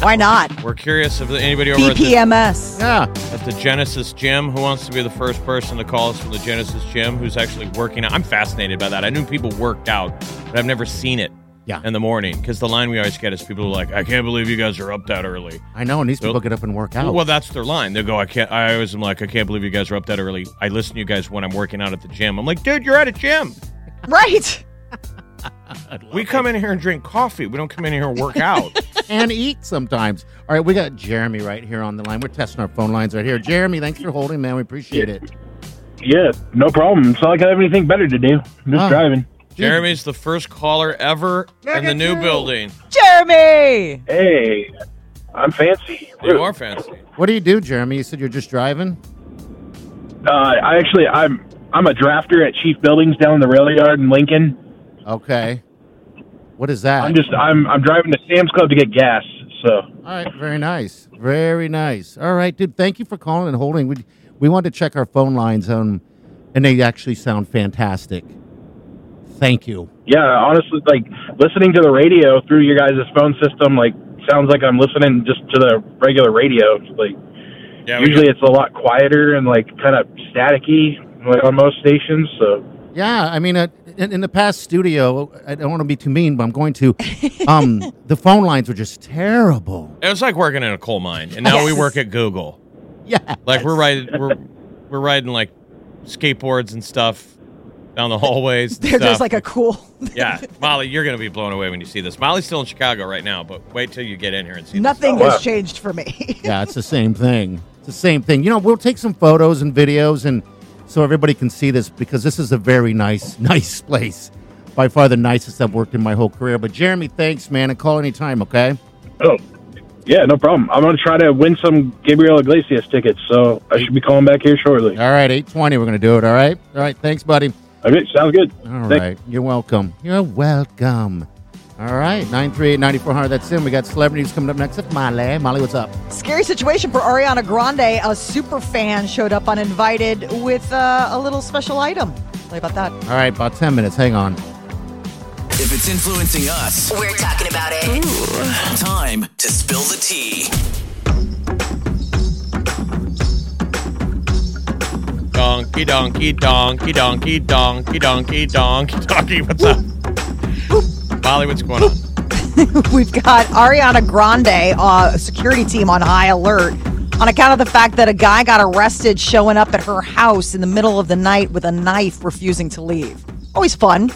Speaker 3: Why not?
Speaker 4: We're curious if anybody over at the,
Speaker 3: BPMS.
Speaker 5: Yeah.
Speaker 4: at the Genesis Gym, who wants to be the first person to call us from the Genesis Gym, who's actually working out. I'm fascinated by that. I knew people worked out, but I've never seen it
Speaker 5: Yeah.
Speaker 4: in the morning because the line we always get is people are like, I can't believe you guys are up that early.
Speaker 5: I know, and these people
Speaker 4: Well-
Speaker 5: get up and work out.
Speaker 4: Well, that's their line. They go, I can't. I always am like, I can't believe you guys are up that early. I listen to you guys when I'm working out at the gym. I'm like, dude, you're at a gym.
Speaker 3: Right.
Speaker 4: We come in here and drink coffee. We don't come in here and work out.
Speaker 5: and eat sometimes. All right, we got Jeremy right here on the line. We're testing our phone lines right here. Jeremy, thanks for holding, man. We appreciate it.
Speaker 8: Yeah, no problem. It's not like I have anything better to do. I'm just
Speaker 5: Huh.
Speaker 8: driving.
Speaker 4: Jeremy's the first caller ever in the new building.
Speaker 3: Jeremy.
Speaker 8: Hey, I'm fancy.
Speaker 4: You are fancy.
Speaker 5: What do you do, Jeremy? You said you're just driving?
Speaker 8: Uh, I actually, I'm I'm a drafter at Chief Buildings down in the rail yard in Lincoln.
Speaker 5: Okay. What is that?
Speaker 8: I'm just I'm I'm driving to Sam's Club to get gas. So
Speaker 5: All right, very nice. Very nice. All right, dude, thank you for calling and holding. We we wanted to check our phone lines um and they actually sound fantastic. Thank you.
Speaker 8: yeah, honestly, like listening to the radio through your guys' phone system, like sounds like I'm listening just to the regular radio. It's Like
Speaker 4: Yeah, we
Speaker 8: usually it's a lot quieter and like kind of staticky, like on most stations. So
Speaker 5: Yeah, I mean, uh, in, in the past studio, I don't want to be too mean, but I'm going to. Um, the phone lines were just terrible.
Speaker 4: It was like working in a coal mine, and now we work at Google.
Speaker 5: Yeah,
Speaker 4: Like we're riding, we're we're riding like skateboards and stuff down the hallways. and
Speaker 3: They're just
Speaker 4: stuff.
Speaker 3: like a cool.
Speaker 4: yeah, Molly, you're gonna be blown away when you see this. Molly's still in Chicago right now, but wait till you get in here and see. This.
Speaker 3: Nothing
Speaker 8: Oh, wow.
Speaker 3: has changed for me.
Speaker 5: yeah, it's the same thing. It's the same thing. You know, we'll take some photos and videos, and so everybody can see this because this is a very nice, nice place. By far the nicest I've worked in my whole career. But Jeremy, thanks, man, and call anytime, okay?
Speaker 8: Oh, yeah, no problem. I'm going to try to win some Gabriel Iglesias tickets, so I should be calling back here shortly.
Speaker 5: All right, eight twenty, we're gonna do it. All right, all right, thanks, buddy.
Speaker 8: Okay, sounds good.
Speaker 5: All
Speaker 8: Thank-
Speaker 5: right. You're welcome. You're welcome. All right. 938 9400. That's in. We got celebrities coming up next. Up, Molly. Molly, what's up?
Speaker 3: Scary situation for Ariana Grande. A super fan showed up uninvited with uh, a little special item. Tell you about that.
Speaker 5: All right. About 10 minutes. Hang on.
Speaker 1: If it's influencing us,
Speaker 2: We're talking about it.
Speaker 1: time to spill the tea.
Speaker 4: Donkey, donkey, donkey, donkey, donkey, donkey, donkey, donkey. What's up, Molly? What's going on?
Speaker 3: We've got Ariana Grande, uh, security team on high alert on account of the fact that a guy got arrested showing up at her house in the middle of the night with a knife, refusing to leave. Always fun.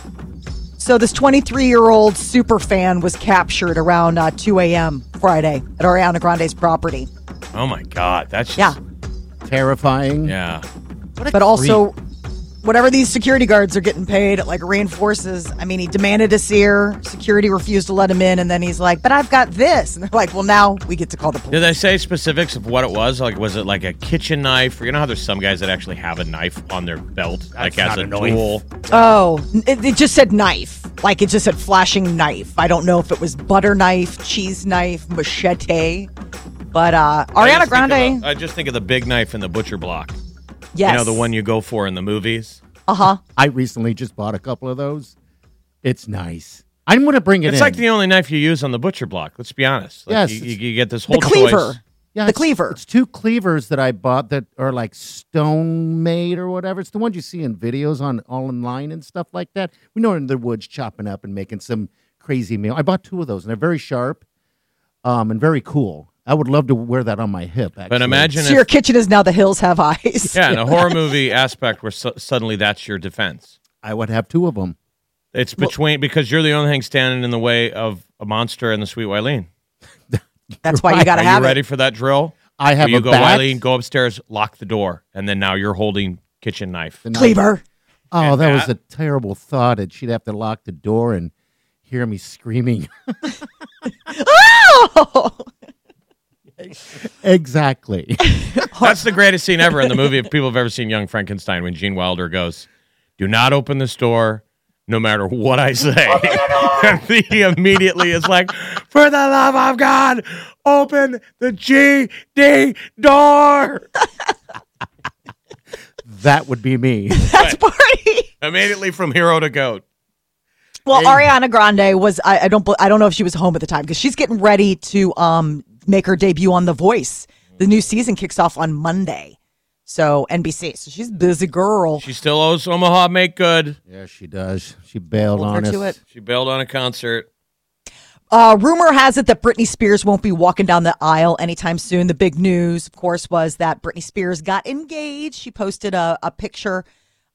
Speaker 3: So this 23-year-old super fan was captured around uh, 2 a.m. Friday at Ariana Grande's property.
Speaker 4: Oh my God, that's just,
Speaker 5: Terrifying.
Speaker 4: yeah,
Speaker 3: but also whatever these security guards are getting paid it, like reinforces i mean he demanded to see her security refused to let him in and then he's like but i've got this and they're like well now we get to call the police
Speaker 4: Did they say specifics of what it was? Like, was it like a kitchen knife? You know how there's some guys that actually have a knife on their belt, like as
Speaker 9: not
Speaker 4: a
Speaker 9: a knife.
Speaker 4: tool.
Speaker 3: oh it, it just said knife like it just said flashing knife i don't know if it was butter knife cheese knife machete but uh
Speaker 4: I
Speaker 3: ariana
Speaker 4: just think of
Speaker 3: grande
Speaker 4: the- I just think of the big knife in the butcher block.
Speaker 3: yes
Speaker 4: You know the one you go for in the movies.
Speaker 3: uh-huh
Speaker 5: I recently just bought a couple of those. It's nice. I'm going to bring it
Speaker 4: It's
Speaker 5: in.
Speaker 4: like the only knife you use on the butcher block. Let's be honest. Like,
Speaker 5: Yes,
Speaker 4: you,
Speaker 5: it's-
Speaker 4: you get this whole
Speaker 3: the cleaver
Speaker 4: choice.
Speaker 5: Yeah,
Speaker 3: the
Speaker 5: it's-
Speaker 3: cleaver.
Speaker 5: It's two cleavers that I bought that are like stone made or whatever. It's the ones you see in videos on all online and stuff like that. We know in the woods chopping up and making some crazy meal. I bought two of those and they're very sharp, um, and very cool. I would love to wear that on my hip. Actually.
Speaker 4: But imagine
Speaker 3: so
Speaker 4: if,
Speaker 3: your kitchen is now the hills have eyes
Speaker 4: yeah, in a horror movie aspect where su- suddenly that's your defense.
Speaker 5: I would have two of them.
Speaker 4: It's between because you're the only thing standing in the way of a monster and the sweet Wileen.
Speaker 3: that's why you
Speaker 5: Right.
Speaker 3: gotta
Speaker 4: Are
Speaker 3: have
Speaker 4: you ready
Speaker 3: it
Speaker 4: for that drill?
Speaker 5: I have
Speaker 4: Will you
Speaker 5: a
Speaker 4: go,
Speaker 5: bat.
Speaker 4: Wileen, go upstairs, lock the door, and then now you're holding kitchen knife.
Speaker 5: The knife-
Speaker 3: cleaver
Speaker 5: Oh, that was
Speaker 4: that.
Speaker 5: a terrible thought. That she'd have to lock the door and hear me screaming.
Speaker 3: oh
Speaker 5: exactly.
Speaker 4: That's the greatest scene ever in the movie. If people have ever seen Young Frankenstein, when Gene Wilder goes, "Do not open this door, no matter what I say," and he immediately is like, "For the love of God, open the GD door!"
Speaker 5: that would be me.
Speaker 3: that's party
Speaker 4: Immediately from hero to goat.
Speaker 3: Well, Ariana Grande was I, I don't bel- I don't know if she was home at the time because she's getting ready to um make her debut on The Voice. The new season kicks off on Monday. So NBC. So she's a busy girl.
Speaker 4: She still owes Omaha Make Good.
Speaker 5: yeah, she does. She bailed
Speaker 3: Hold her
Speaker 5: on us.
Speaker 3: to it.
Speaker 4: She bailed on a concert.
Speaker 3: Uh, rumor has it that Britney Spears won't be walking down the aisle anytime soon. The big news, of course, was that Britney Spears got engaged. She posted a, a picture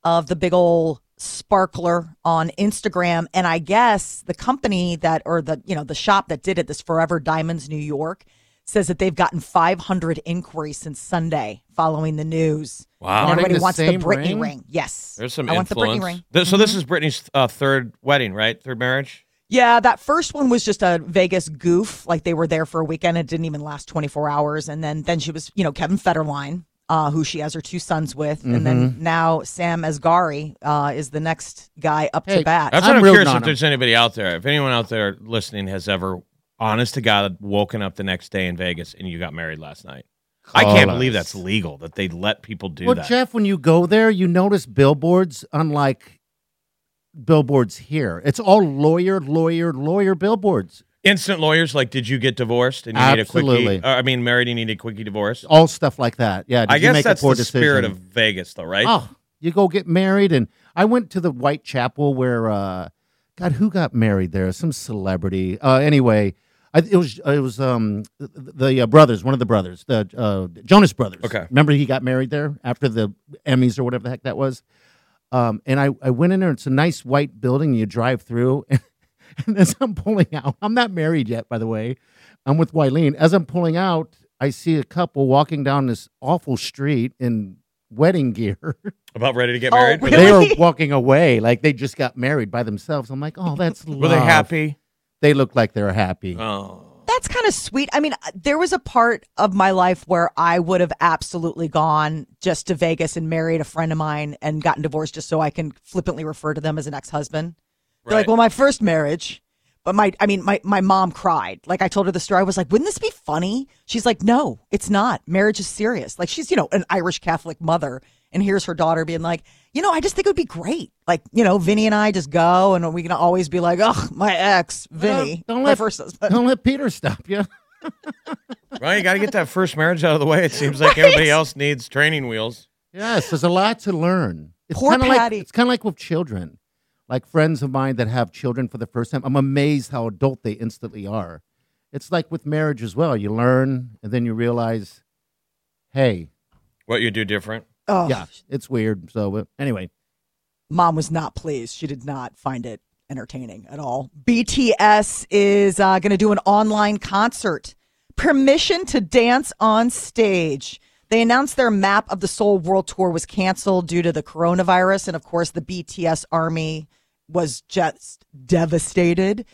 Speaker 3: of the big old sparkler on Instagram. And I guess the company that, or the, you know, the shop that did it, this Forever Diamonds New York, says that they've gotten 500 inquiries since Sunday following the news.
Speaker 4: Wow.
Speaker 3: And
Speaker 5: Wanting
Speaker 3: everybody
Speaker 5: the
Speaker 3: wants the
Speaker 5: same
Speaker 3: Britney ring.
Speaker 5: ring?
Speaker 3: Yes.
Speaker 4: There's some
Speaker 3: I want
Speaker 4: influence.
Speaker 3: the Britney ring. Mm-hmm.
Speaker 4: Th- So this is Britney's uh, third wedding, right? Third marriage.
Speaker 3: Yeah, that first one was just a Vegas goof. Like they were there for a weekend. It didn't even last 24 hours. And then then she was, you know, Kevin Federline, uh, who she has her two sons with. And then now Sam Asghari uh, is the next guy up to
Speaker 5: Hey,
Speaker 3: bat.
Speaker 4: That's
Speaker 5: I'm
Speaker 4: what I'm
Speaker 5: rooting
Speaker 4: curious
Speaker 5: on
Speaker 4: if
Speaker 5: him.
Speaker 4: there's anybody out there, if anyone out there listening has ever, honest to God, woken up the next day in Vegas and you got married last night. I can't
Speaker 5: Call
Speaker 4: believe
Speaker 5: us.
Speaker 4: that's legal that they let people do
Speaker 5: well,
Speaker 4: that.
Speaker 5: Jeff, when you go there, you notice billboards, unlike billboards here. It's all lawyer, lawyer, lawyer billboards.
Speaker 4: Instant lawyers, like, did you get divorced and you need a
Speaker 5: Absolutely.
Speaker 4: quickie? Uh, I mean, married, you need a quickie divorce.
Speaker 5: All stuff like that. Yeah. did
Speaker 4: I
Speaker 5: you
Speaker 4: guess
Speaker 5: make
Speaker 4: that's
Speaker 5: a poor
Speaker 4: the spirit
Speaker 5: decision?
Speaker 4: of Vegas, though, right?
Speaker 5: Oh, you go get married, and I went to the Whitechapel where, uh, God, who got married there? Some celebrity. Uh, anyway, I, it was it was um the, the uh, brothers, one of the brothers, the uh, Jonas Brothers.
Speaker 4: Okay.
Speaker 5: remember he got married there after the Emmys or whatever the heck that was. Um, and I I went in there. It's a nice white building. You drive through, and, as I'm pulling out, I'm not married yet, by the way. I'm with Wyleen. As I'm pulling out, I see a couple walking down this awful street in wedding gear.
Speaker 4: About ready to get
Speaker 3: Oh,
Speaker 4: married? Were
Speaker 3: really?
Speaker 4: they,
Speaker 5: They were walking away like they just got married by themselves. I'm like, oh, that's
Speaker 4: were they
Speaker 5: love.
Speaker 4: happy?
Speaker 5: They look like they're happy.
Speaker 3: Uh,
Speaker 4: Oh.
Speaker 3: That's kind of sweet. I mean, there was a part of my life where I would have absolutely gone just to Vegas and married a friend of mine and gotten divorced just so I can flippantly refer to them as an ex husband. They're like,
Speaker 4: Right.
Speaker 3: well, my first marriage, but my, I mean, my, my mom cried. Like, I told her the story. I was like, wouldn't this be funny? She's like, no, it's not. Marriage is serious. Like, she's, you know, an Irish Catholic mother. And here's her daughter being like, you know, I just think it would be great. Like, you know, Vinny and I just go and we can always be like, oh, my ex, Vinny.
Speaker 5: don't
Speaker 3: my
Speaker 5: let-
Speaker 3: first husband.
Speaker 5: Don't let Peter stop you.
Speaker 4: Well, you got to get that first marriage out of the way. It seems like everybody else needs training wheels.
Speaker 5: Yes, there's a lot to learn. It's
Speaker 3: Poor
Speaker 5: kinda
Speaker 3: Patty.
Speaker 5: Like, it's kind of like with children. Like friends of mine that have children for the first time, I'm amazed how adult they instantly are. It's like with marriage as well. You learn, and then you realize hey,
Speaker 4: What you do different?
Speaker 3: Oh,
Speaker 5: yeah, it's weird. So but anyway,
Speaker 3: mom was not pleased. She did not find it entertaining at all. BTS is uh, going to do an online concert. Permission to dance on stage. They announced their map of the Seoul World Tour was canceled due to the coronavirus. And of course, the BTS army was just devastated.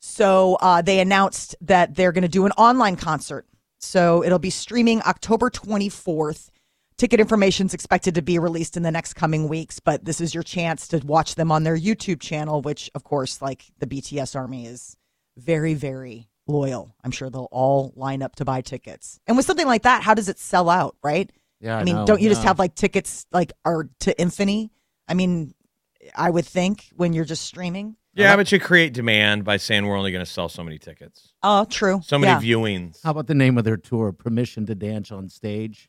Speaker 3: So uh, they announced that they're going to do an online concert. So it'll be streaming October 24th. Ticket information is expected to be released in the next coming weeks, but this is your chance to watch them on their YouTube channel, which, of course, like the BTS Army is very, very loyal. I'm sure they'll all line up to buy tickets. And with something like that, how does it sell out, right?
Speaker 5: Yeah,
Speaker 3: I
Speaker 5: I
Speaker 3: mean,
Speaker 5: know,
Speaker 3: don't you just
Speaker 5: yeah.
Speaker 3: have like tickets like are to infinity? I mean, I would think when you're just streaming.
Speaker 4: Yeah, but you create demand by saying we're only going to sell so many tickets,
Speaker 3: Oh, true.
Speaker 4: so many
Speaker 3: Yeah.
Speaker 4: viewings.
Speaker 5: how about the name of their tour? Permission to dance on stage.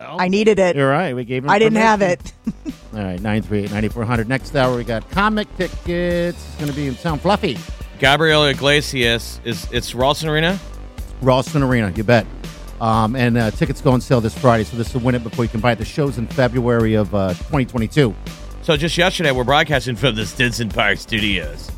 Speaker 3: I needed it.
Speaker 5: You're right. We gave. Them
Speaker 3: I didn't have
Speaker 5: permission.
Speaker 3: it.
Speaker 5: All right, 938 9400. Next hour, we got comic tickets. It's going to be in Sound Fluffy.
Speaker 4: Gabriel Iglesias is it's Ralston Arena.
Speaker 5: Ralston Arena, you bet. Um, and uh, tickets go on sale this Friday, so this will win it before you can buy it. The show's in February of uh, 2022.
Speaker 4: So just yesterday, we're broadcasting from the Stinson Park Studios.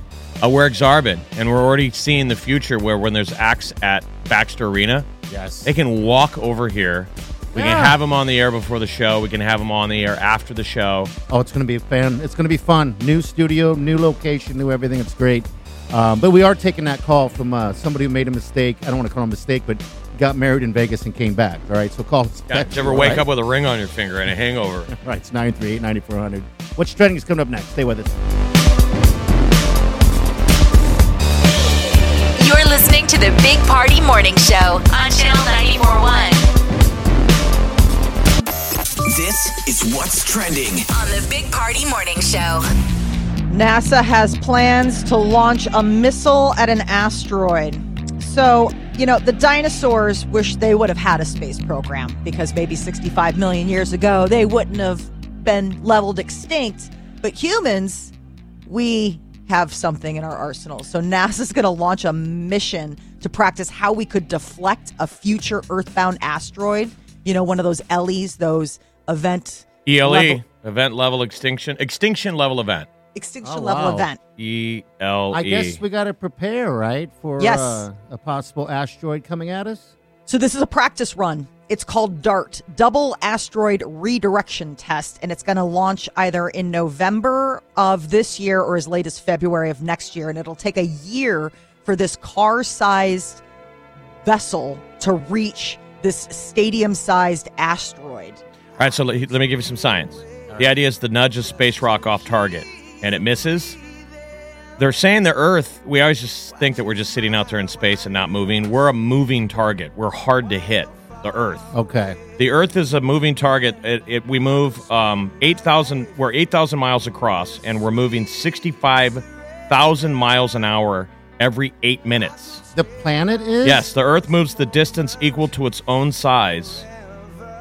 Speaker 4: Uh, we're Exarban, and we're already seeing the future where when there's acts at Baxter Arena,
Speaker 5: Yes.
Speaker 4: they can walk over here. We can have them on the air before the show. We can have them on the air after the show.
Speaker 5: Oh, it's going to be a fan. It's going to be fun. New studio, new location, new everything. It's great. Um, but we are taking that call from uh, somebody who made a mistake. I don't want to call him a mistake, but got married in Vegas and came back. All right, so call. us
Speaker 4: Yeah,
Speaker 5: back.
Speaker 4: did you ever wake
Speaker 5: All
Speaker 4: up
Speaker 5: right.
Speaker 4: with a ring on your finger and a hangover?
Speaker 5: All right, it's 938 9400. What's trending is coming up next. Stay with us.
Speaker 2: You're listening to the Big Party Morning Show on Channel 941
Speaker 1: This is what's trending.
Speaker 2: on the Big Party Morning Show.
Speaker 3: NASA has plans to launch a missile at an asteroid. So, you know, the dinosaurs wish they would have had a space program because maybe 65 million years ago they wouldn't have been leveled extinct. But humans, we have something in our arsenal. So NASA's going to launch a mission to practice how we could deflect a future Earthbound asteroid. You know, one of those LEs, those event
Speaker 4: ELE,
Speaker 3: Level-
Speaker 4: E event level extinction, extinction level event.
Speaker 3: extinction
Speaker 5: Oh,
Speaker 3: level
Speaker 5: wow.
Speaker 3: event.
Speaker 4: E L E.
Speaker 5: I guess we got to prepare, right, for
Speaker 3: Yes.
Speaker 5: uh, a possible asteroid coming at us?
Speaker 3: So this is a practice run. It's called DART, Double Asteroid Redirection Test, and it's going to launch either in November of this year or as late as February of next year. And it'll take a year for this car sized vessel to reach this stadium sized asteroid.
Speaker 4: All right, so let, let me give you some science. The idea is the nudge a space rock off target, and it misses. They're saying the Earth. We always just think that we're just sitting out there in space and not moving. We're a moving target. We're hard to hit. The Earth.
Speaker 5: Okay.
Speaker 4: The Earth is a moving target. It, it, we move um, eight thousand. We're eight thousand miles across, and we're moving sixty-five thousand miles an hour every eight minutes.
Speaker 5: The planet is?
Speaker 4: Yes, the Earth moves the distance equal to its own size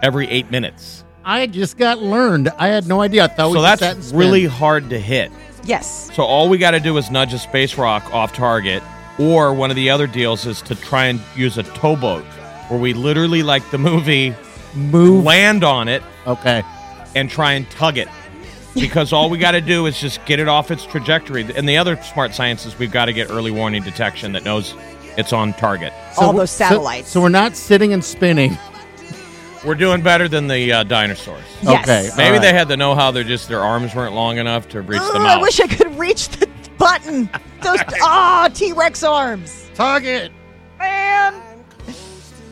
Speaker 4: every eight minutes.
Speaker 5: I just got learned. I had no idea. I thought Oh, we
Speaker 4: so
Speaker 5: just
Speaker 4: that's
Speaker 5: sat and spin.
Speaker 4: really hard to hit.
Speaker 3: Yes.
Speaker 4: So all we got to do is nudge a space rock off target, or one of the other deals is to try and use a towboat, where we literally, like the movie,
Speaker 5: move.
Speaker 4: land on it
Speaker 5: Okay.
Speaker 4: and try and tug it. Because all we got to do is just get it off its trajectory. And the other smart science is we've got to get early warning detection that knows it's on target.
Speaker 3: All
Speaker 5: we're-
Speaker 3: those satellites.
Speaker 5: So, we're not sitting and spinning.
Speaker 4: We're doing better than the uh, dinosaurs.
Speaker 3: Yes.
Speaker 5: Okay.
Speaker 4: Maybe
Speaker 5: All
Speaker 4: they
Speaker 5: right. Oh,
Speaker 4: had the know-how. They're just their arms weren't long enough to reach
Speaker 3: Ugh,
Speaker 4: the
Speaker 3: I
Speaker 4: mouth.
Speaker 3: wish I could reach the button. Those, ah, T Rex arms.
Speaker 5: target.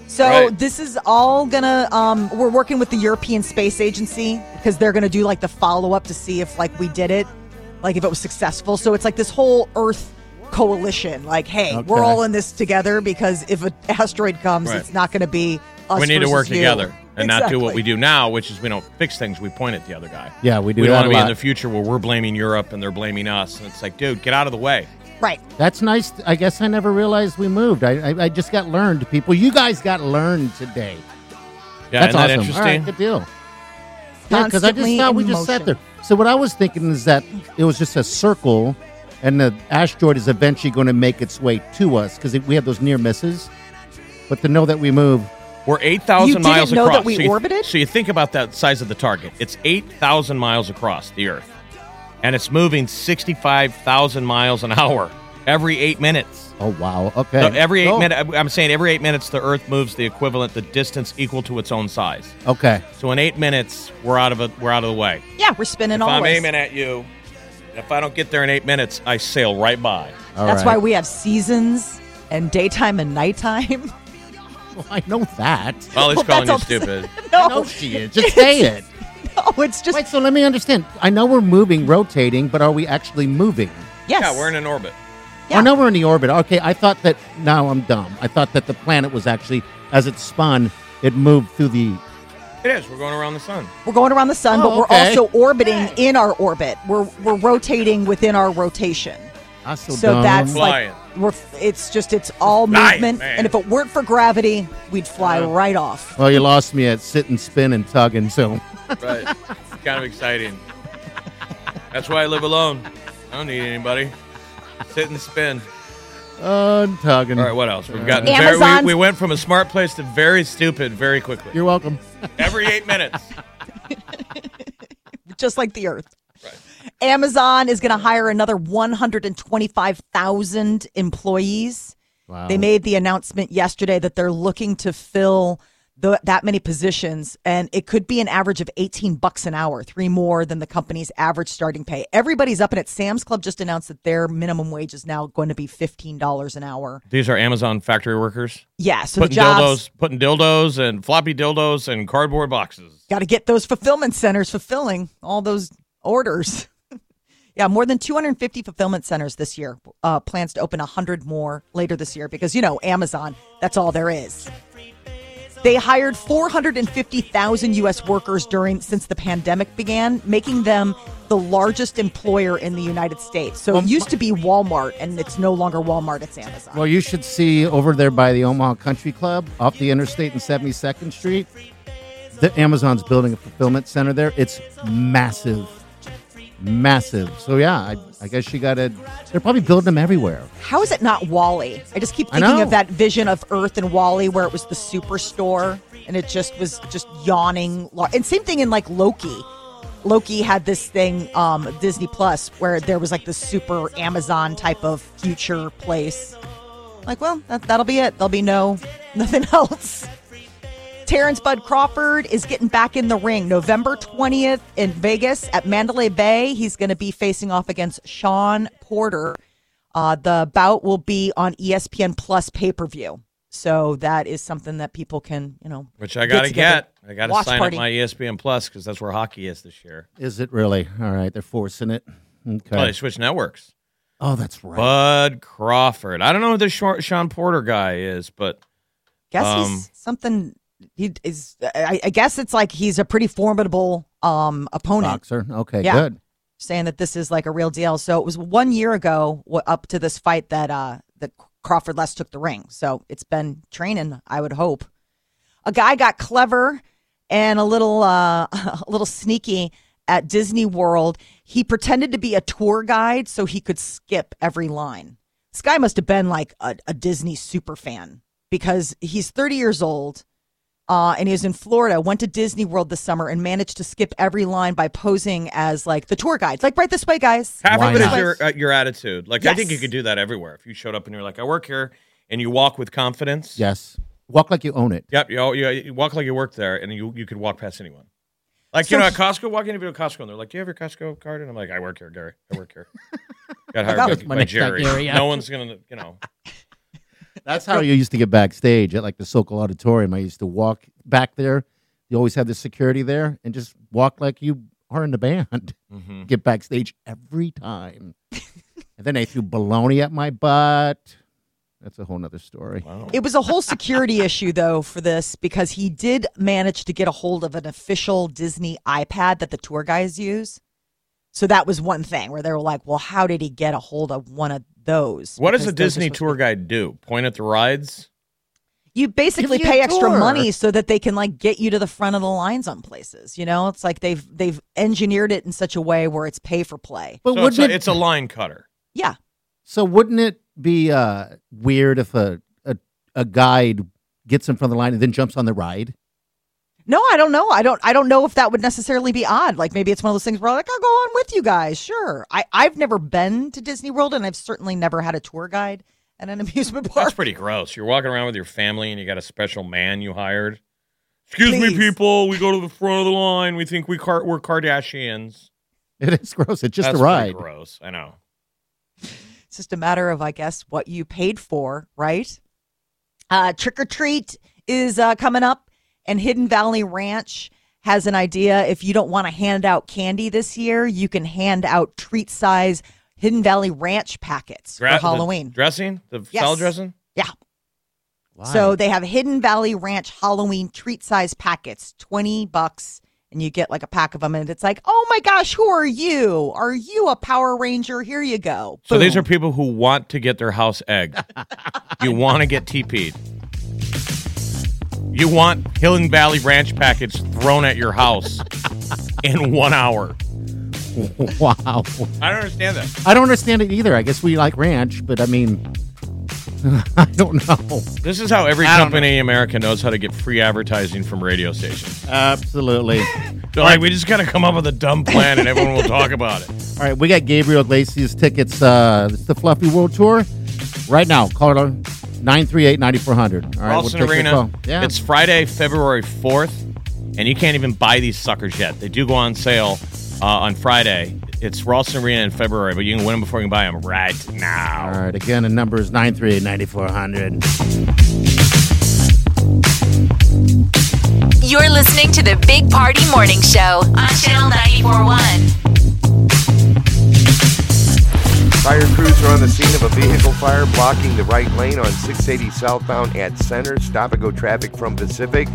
Speaker 3: So
Speaker 4: Right.
Speaker 3: this is all gonna. Um, we're working with the European Space Agency because they're gonna do like the follow up to see if like we did it, like if it was successful. So it's like this whole Earth coalition. Like, hey, we're
Speaker 5: Okay.
Speaker 3: all in this together because if an asteroid comes,
Speaker 4: Right.
Speaker 3: it's not gonna be us.
Speaker 4: we need to
Speaker 3: versus
Speaker 4: work
Speaker 3: you.
Speaker 4: together and not do what
Speaker 3: Exactly.
Speaker 4: we do now, which is we don't fix things. We point at the other guy.
Speaker 5: Yeah, we do
Speaker 4: We don't
Speaker 5: that
Speaker 4: want
Speaker 5: a
Speaker 4: to be in
Speaker 5: lot.
Speaker 4: the future where we're blaming Europe and they're blaming us. And it's like, dude, get out of the way.
Speaker 3: Right.
Speaker 5: That's nice. I guess I never realized we moved. I, I, I just got learned, people. You guys got learned today.
Speaker 4: Yeah, isn't
Speaker 5: That's awesome.
Speaker 4: that
Speaker 5: All right,
Speaker 4: interesting?
Speaker 5: good deal. Yeah, because I just
Speaker 3: Constantly
Speaker 5: thought
Speaker 3: in
Speaker 5: we just sat
Speaker 3: motion.
Speaker 5: there. So what I was thinking is that it was just a circle, and the asteroid is eventually going to make its way to us because we have those near misses. But to know that we move
Speaker 4: We're
Speaker 3: You
Speaker 4: 8,000
Speaker 3: didn't
Speaker 4: miles
Speaker 3: know that
Speaker 4: across.
Speaker 3: we
Speaker 4: so you,
Speaker 3: orbited?
Speaker 4: So you think about that size of the target. It's 8,000 miles across the Earth. And it's moving 65,000 miles an hour every eight minutes.
Speaker 5: Oh wow. Okay.
Speaker 4: So every eight
Speaker 5: Oh,
Speaker 4: minutes, I'm saying every eight minutes, the Earth moves the equivalent, the distance equal to its own size.
Speaker 5: Okay.
Speaker 4: So in eight minutes, we're out of it. We're out of the way.
Speaker 3: Yeah, we're spinning
Speaker 4: If
Speaker 3: all
Speaker 4: I'm
Speaker 3: ways.
Speaker 4: aiming at you, and if I don't get there in eight minutes, I sail right by.
Speaker 5: All
Speaker 3: That's why
Speaker 5: right.
Speaker 3: we have seasons and daytime and nighttime.
Speaker 5: Well, I know that.
Speaker 4: Molly's
Speaker 3: Well,
Speaker 4: calling you
Speaker 3: that's all-
Speaker 4: stupid.
Speaker 3: no,
Speaker 5: No, she is. Just say it.
Speaker 3: no, it's just
Speaker 5: Wait, so let me understand. I know we're moving, rotating, but are we actually moving?
Speaker 3: yes.
Speaker 4: Yeah, we're in an orbit.
Speaker 3: Yeah.
Speaker 5: I know we're in the orbit. Okay, I thought that. Now I'm dumb. I thought that the planet was actually, as it spun, it moved through the.
Speaker 4: It is. We're going around the sun.
Speaker 3: We're going around the sun,
Speaker 5: Oh,
Speaker 3: but we're
Speaker 5: okay.
Speaker 3: also orbiting in our orbit. We're we're rotating within our rotation.
Speaker 5: I'm so,
Speaker 3: So
Speaker 5: dumb.
Speaker 3: that's
Speaker 4: Flying.
Speaker 3: like we're it's just it's all
Speaker 4: Flying,
Speaker 3: movement.
Speaker 4: man.
Speaker 3: And if it weren't for gravity, we'd fly right off.
Speaker 5: Well, you lost me at sit and spin and tugging. So
Speaker 4: Right. it's kind of exciting. That's why I live alone. I don't need anybody. Sit and spin.
Speaker 5: uh, and tugging.
Speaker 4: All right, what else? We've gotten
Speaker 3: Amazon-
Speaker 4: very, we, we went from a smart place to very stupid very quickly.
Speaker 5: You're welcome.
Speaker 4: Every eight minutes.
Speaker 3: Just like the earth. Amazon is going to hire another 125,000 employees.
Speaker 5: Wow.
Speaker 3: They made the announcement yesterday that they're looking to fill the, that many positions, and it could be an average of 18 bucks an hour, three more than the company's average starting pay. Everybody's up, and at Sam's Club just announced that their minimum wage is now going to be $15 an hour.
Speaker 4: These are Amazon factory workers
Speaker 3: Yeah, so the
Speaker 4: putting
Speaker 3: jobs
Speaker 4: dildos, putting dildos and floppy dildos and cardboard boxes.
Speaker 3: got to get those fulfillment centers fulfilling all those orders. yeah, more than 250 fulfillment centers this year. Uh, plans to open 100 more later this year because, you know, Amazon, that's all there is. They hired 450,000 U.S. workers during since the pandemic began, making them the largest employer in the United States. So it used to be Walmart, and it's no longer Walmart; it's Amazon.
Speaker 5: Well, you should see over there by the Omaha Country Club off the interstate and 72nd Street. The Amazon's building a fulfillment center there. It's massive. Massive. So, yeah, I, I guess you got to. They're probably building them everywhere.
Speaker 3: How is it not Wally? I just keep
Speaker 5: I
Speaker 3: thinking of
Speaker 5: know.
Speaker 3: that vision of Earth and Wally where it was the superstore and it just was just yawning. lo- And same thing in like Loki. Loki had this thing, um, Disney Plus, where there was like the super Amazon type of future place. Like, well, that, that'll be it. There'll be no nothing else. Terrence Bud Crawford is getting back in the ring November 20th in Vegas at Mandalay Bay. He's going to be facing off against Sean Porter. Uh, the bout will be on E ESPN Plus pay per view. So that is something that people can, you know,
Speaker 4: Which I gotta
Speaker 3: together.
Speaker 4: get. I gotta
Speaker 3: Watch
Speaker 4: sign
Speaker 3: party.
Speaker 4: up my E ESPN Plus because that's where hockey is this year.
Speaker 5: Is it really? All right, they're forcing it. Okay.
Speaker 4: Well, they switched networks.
Speaker 5: Oh, that's right.
Speaker 4: Bud Crawford. I don't know who the Shor- Sean Porter guy is, but
Speaker 3: guess
Speaker 4: Um,
Speaker 3: he's something. He is. I, I guess it's like he's a pretty formidable um opponent.
Speaker 5: Boxer. Okay,
Speaker 3: Yeah.
Speaker 5: good.
Speaker 3: saying that this is like a real deal. So it was one year ago wa- up to this fight that uh that Crawford Les took the ring. So it's been training, I would hope. A guy got clever and a little uh a little sneaky at Disney World. He pretended to be a tour guide so he could skip every line. This guy must have been like a, a Disney super fan because he's 30 years old uh, and he was in Florida, went to Disney World this summer and managed to skip every line by posing as like the tour guide. Like, right this way, guys.
Speaker 4: half
Speaker 5: Why
Speaker 4: of it is
Speaker 5: not?
Speaker 4: your, uh, your attitude. Like, I think you
Speaker 3: Yes.
Speaker 4: could do that everywhere. If you showed up and you're like, I work here, and you walk with confidence.
Speaker 5: Yes. Walk like you own it.
Speaker 4: Yep. You, all, you, you walk like you work there, and you, you could walk past anyone. Like,
Speaker 3: So
Speaker 4: you know, at
Speaker 3: he-
Speaker 4: Costco, walk into a Costco, and they're like, Do you have your Costco card? And I'm like, I work here, Gary. I work here. Got
Speaker 3: That
Speaker 4: hired
Speaker 3: was
Speaker 4: by,
Speaker 5: my
Speaker 4: by
Speaker 5: next
Speaker 4: Jerry.
Speaker 5: idea, yeah.
Speaker 4: No one's going to, you know.
Speaker 5: That's how you used to get backstage at like the Sokol Auditorium. I used to walk back there. You always had the security there and just walk like you are in the band.
Speaker 4: Mhm.
Speaker 5: Get backstage every time. and then they threw baloney at my butt. That's a whole nother story.
Speaker 4: Wow.
Speaker 3: It was a whole security issue, though, for this because he did manage to get a hold of an official Disney iPad that the tour guys use. So that was one thing where they were like, well, how did he get a hold of one of those?
Speaker 4: What does a
Speaker 3: Because those are
Speaker 4: Disney
Speaker 3: supposed to be-
Speaker 4: tour guide do? Point at the rides?
Speaker 3: You basically
Speaker 5: Give you a
Speaker 3: pay extra
Speaker 5: tour.
Speaker 3: money so that they can like get you to the front of the lines on places. You know, it's like they've they've engineered it in such a way where it's pay for play.
Speaker 4: So
Speaker 5: But
Speaker 4: it's,
Speaker 5: wouldn't
Speaker 4: a,
Speaker 5: it,
Speaker 4: it's a line cutter.
Speaker 3: Yeah,
Speaker 5: so wouldn't it be uh, weird if a, a a guide gets in front of the line and then jumps on the ride?
Speaker 3: No, I don't know. I don't. I don't know if that would necessarily be odd. Like maybe it's one of those things where like I'll go on with you guys. Sure. I I've never been to Disney World, and I've certainly never had a tour guide at an amusement park.
Speaker 4: That's pretty gross. You're walking around with your family and you got a special man you hired. Excuse
Speaker 3: Please.
Speaker 4: me, people. We go to the front of the line. We think we car- we're Kardashians.
Speaker 5: It is gross. It's just
Speaker 4: That's pretty
Speaker 5: a ride.
Speaker 4: Gross. I know.
Speaker 3: It's just a matter of, I guess, what you paid for, right? Uh, Trick or Treat is uh, coming up, and Hidden Valley Ranch has an idea. If you don't want to hand out candy this year, you can hand out treat size Hidden Valley Ranch packets
Speaker 4: Gra- the
Speaker 3: for Halloween.
Speaker 4: dressing, the
Speaker 3: Yes.
Speaker 4: salad dressing.
Speaker 3: yeah. So they have Hidden Valley Ranch Halloween treat size packets, 20 bucks, and you get like a pack of them. And it's like, oh my gosh, who are you? Are you a Power Ranger? Here you go.
Speaker 4: So these
Speaker 3: Boom.
Speaker 4: are people who want to get their house egged. you want to get TP'd. You want Hill and Valley Ranch package thrown at your house in one hour.
Speaker 5: Wow.
Speaker 4: I don't understand that.
Speaker 5: I don't understand it either. I guess we like ranch, but I mean, I don't know.
Speaker 4: This is how every
Speaker 5: I don't
Speaker 4: company in America knows how to get free advertising from radio stations.
Speaker 5: Absolutely.
Speaker 4: They're like, we just got to come up with a dumb plan and everyone will talk about it.
Speaker 5: All right, we got Gabriel Iglesias tickets. Uh, it's the Fluffy World Tour. Right now, call it on 938 9400. All right, we'll
Speaker 4: Ralston
Speaker 5: take your
Speaker 4: Arena.
Speaker 5: call. Yeah.
Speaker 4: It's Friday, February 4th, and you can't even buy these suckers yet. They do go on sale uh, on Friday. It's Ralston Arena in February, but you can win them before you can buy them right now.
Speaker 5: All right, again, the number is 938 9400.
Speaker 2: You're listening to the Big Party Morning Show on Channel 941.
Speaker 9: Fire crews are on the scene of a vehicle fire blocking the right lane on 680 southbound at Center. Stop and go traffic from Pacific.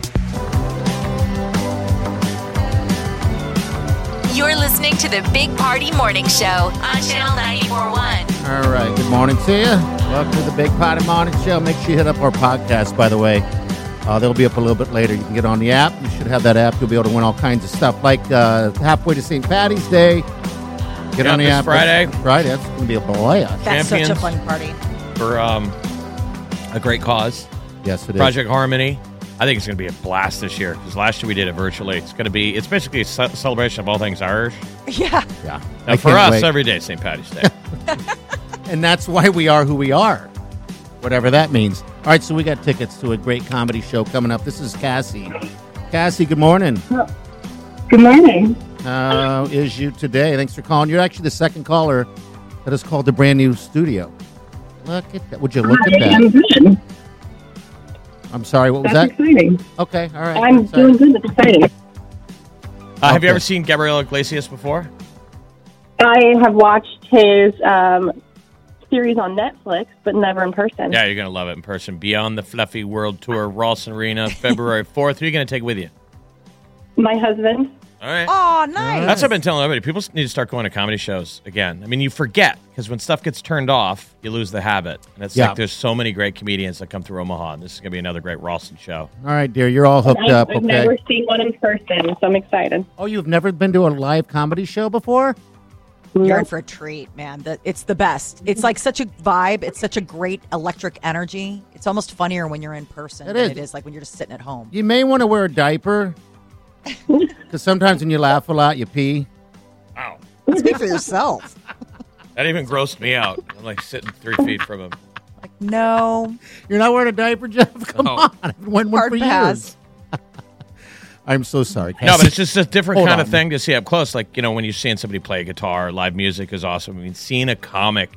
Speaker 2: You're listening to the Big Party Morning Show on Channel 941.
Speaker 5: All right, good morning to you. Welcome to the Big Potty Morning Show. Make sure you hit up our podcast, by the way. Uh, they'll be up a little bit later. You can get on the app. You should have that app. You'll be able to win all kinds of stuff, like uh, halfway to St. Patty's Day. Get
Speaker 4: Yeah,
Speaker 5: on the
Speaker 4: it's
Speaker 5: app.
Speaker 4: Friday.
Speaker 5: Friday. That's going to be a blast.
Speaker 3: That's such a
Speaker 4: Champions.
Speaker 3: fun party.
Speaker 4: For um, a great cause,
Speaker 5: Yes, it is.
Speaker 4: Project Harmony. I think it's going to be a blast this year because last year we did it virtually. It's going to be, it's basically a ce- celebration of all things Irish.
Speaker 3: Yeah.
Speaker 5: Yeah.
Speaker 4: Now,
Speaker 5: I
Speaker 4: for
Speaker 5: can't
Speaker 4: us,
Speaker 5: wait.
Speaker 4: every day, St. Patty's Day.
Speaker 5: and that's why we are who we are, whatever that means. All right, so we got tickets to a great comedy show coming up. This is Cassie. Cassie, good morning.
Speaker 10: Good morning.
Speaker 5: How is you today? Thanks for calling. You're actually the second caller that has called the brand new studio. Look at that. Would you look at
Speaker 10: Hi, I'm
Speaker 5: that?
Speaker 10: good.
Speaker 5: I'm sorry. What was
Speaker 10: That's
Speaker 5: that?
Speaker 10: exciting.
Speaker 5: Okay. All right.
Speaker 10: I'm
Speaker 5: sorry.
Speaker 10: doing good. That's exciting.
Speaker 4: Uh, Have you
Speaker 5: Okay.
Speaker 4: ever seen Gabriel Iglesias before?
Speaker 10: I have watched his um, series on Netflix, but never in person.
Speaker 4: Yeah, you're going to love it in person. Beyond the Fluffy World Tour, Ralston Arena, February 4th. Who are you going to take with you?
Speaker 10: My husband.
Speaker 4: All right.
Speaker 3: Oh, nice.
Speaker 4: That's what I've been telling everybody. People need to start going to comedy shows again. I mean, you forget because when stuff gets turned off, you lose the habit. And it's
Speaker 5: Yeah.
Speaker 4: like there's so many great comedians that come through Omaha, and this is going to be another great Ralston show.
Speaker 5: All right, dear. You're all hooked
Speaker 10: I've,
Speaker 5: up.
Speaker 10: I've
Speaker 5: Okay.
Speaker 10: never seen one in person, so I'm excited.
Speaker 5: Oh, you've never been to a live comedy show before?
Speaker 3: You're in for a treat, man. The, it's the best. It's like such a vibe. It's such a great electric energy. It's almost funnier when you're in person
Speaker 5: It
Speaker 3: than
Speaker 5: is.
Speaker 3: it is like when you're just sitting at home.
Speaker 5: You may want to wear a diaper because sometimes when you laugh a lot, you pee.
Speaker 4: Wow.
Speaker 3: Speak for yourself.
Speaker 4: That even grossed me out. I'm like sitting three feet from him.
Speaker 3: Like, no.
Speaker 5: You're not wearing a diaper, Jeff? Come
Speaker 4: Oh.
Speaker 5: on. I've been wearing one
Speaker 3: Hard
Speaker 5: for
Speaker 3: pass.
Speaker 5: years. I'm so sorry.
Speaker 4: No, but
Speaker 5: Cassie.
Speaker 4: it's just a different
Speaker 5: Hold
Speaker 4: kind of
Speaker 5: on.
Speaker 4: thing to see up close. Like, you know, when you're seeing somebody play guitar, live music is awesome. I mean, seeing a comic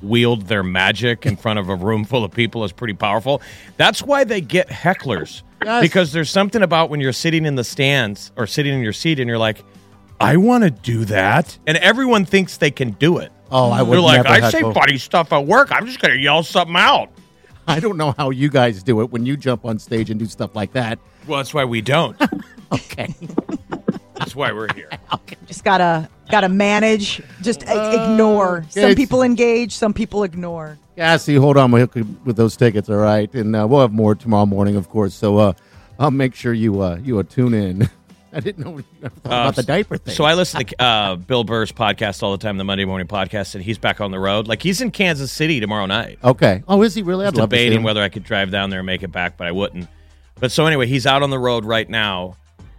Speaker 4: wield their magic in front of a room full of people is pretty powerful. That's why they get hecklers.
Speaker 5: Yes.
Speaker 4: Because there's something about when you're sitting in the stands or sitting in your seat and you're like, I want to do that. And everyone thinks they can do it.
Speaker 5: Oh, I would
Speaker 4: They're like,
Speaker 5: never
Speaker 4: I say
Speaker 5: heckle.
Speaker 4: funny stuff at work. I'm just going to yell something out.
Speaker 5: I don't know how you guys do it when you jump on stage and do stuff like that.
Speaker 4: Well, that's why we don't.
Speaker 5: Okay.
Speaker 4: that's why we're here.
Speaker 3: Just gotta gotta manage. Just i- ignore. Some
Speaker 5: it's-
Speaker 3: people engage. Some people ignore.
Speaker 5: Cassie, hold on. We'll hook you with those tickets, all right? And uh, we'll have more tomorrow morning, of course. So uh, I'll make sure you uh, you uh, tune in. I didn't know I thought
Speaker 4: Uh,
Speaker 5: about the diaper thing.
Speaker 4: So I listen to uh, Bill Burr's podcast all the time, the Monday morning podcast, and he's back on the road. Like he's in Kansas City tomorrow night.
Speaker 5: Okay. Oh, is he really?
Speaker 4: I was
Speaker 5: I'd love to see
Speaker 4: debating
Speaker 5: him.
Speaker 4: whether I could drive down there and make it back, but I wouldn't. But so anyway, he's out on the road right now,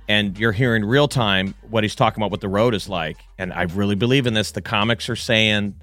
Speaker 4: and you're hearing real time what he's talking about, what the road is like. And I really believe in this. The comics are saying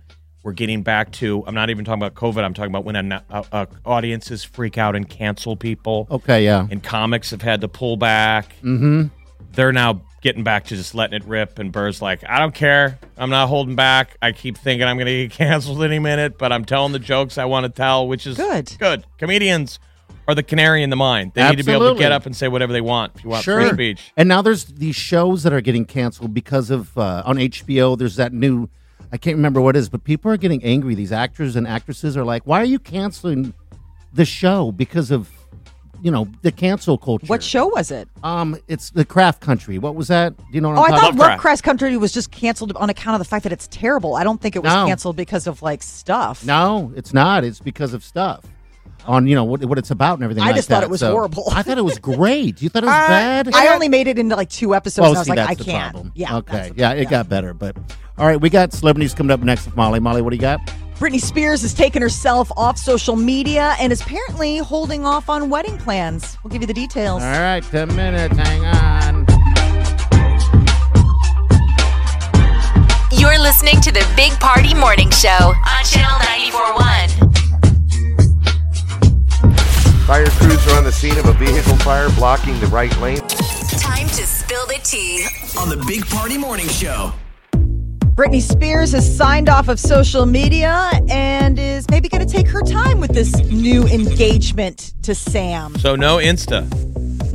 Speaker 4: we're getting back to. I'm not even talking about COVID. I'm talking about when an, uh, uh, audiences freak out and cancel people.
Speaker 5: Okay, yeah.
Speaker 4: And comics have had to pull back
Speaker 5: Mm-hmm.
Speaker 4: they're now getting back to just letting it rip. And Burr's like, I don't care. I'm not holding back. I keep thinking I'm going to get canceled any minute, but I'm telling the jokes I want to tell, which is good. Good. Comedians are the canary in the mine. They need to be able to
Speaker 5: Absolutely.
Speaker 4: get up and say whatever they want. If you want free speech,
Speaker 5: And now there's these shows that are getting canceled because of uh, on HBO. There's that new, I can't remember what it is, but people are getting angry. These actors and actresses are like, "Why are you canceling the show because of you know the cancel culture?" What
Speaker 3: show was it?
Speaker 5: Um, it's the Craft Country. What was that? Do you know? What
Speaker 3: Oh, I
Speaker 5: I'm
Speaker 3: thought
Speaker 5: talking
Speaker 3: Lovecraft Country was just canceled on account of the fact that it's terrible. I don't think it was
Speaker 5: No.
Speaker 3: canceled because of like stuff.
Speaker 5: No, it's not. It's because of stuff on you know what, what it's about and everything.
Speaker 3: I
Speaker 5: like
Speaker 3: just thought
Speaker 5: that.
Speaker 3: it was
Speaker 5: So-
Speaker 3: horrible.
Speaker 5: I thought it was great. You thought it was
Speaker 3: Uh,
Speaker 5: bad.
Speaker 3: I only made it into like two episodes.
Speaker 5: Well,
Speaker 3: and I was
Speaker 5: see,
Speaker 3: like,
Speaker 5: that's
Speaker 3: I
Speaker 5: the
Speaker 3: can't.
Speaker 5: problem.
Speaker 3: Yeah.
Speaker 5: Okay. Yeah, it got better, but all right, we got celebrities coming up next with Molly. Molly, what do you got?
Speaker 3: Britney Spears has taken herself off social media and is apparently holding off on wedding plans. We'll give you the details.
Speaker 5: All right, ten minutes. Hang on.
Speaker 2: You're listening to the Big Party Morning Show on Channel 941.
Speaker 9: Fire crews are on the scene of a vehicle fire blocking the right lane.
Speaker 2: Time to spill the tea.
Speaker 1: On the Big Party Morning Show.
Speaker 3: Britney Spears has signed off of social media and is maybe going to take her time with this new engagement to Sam.
Speaker 4: so no Insta.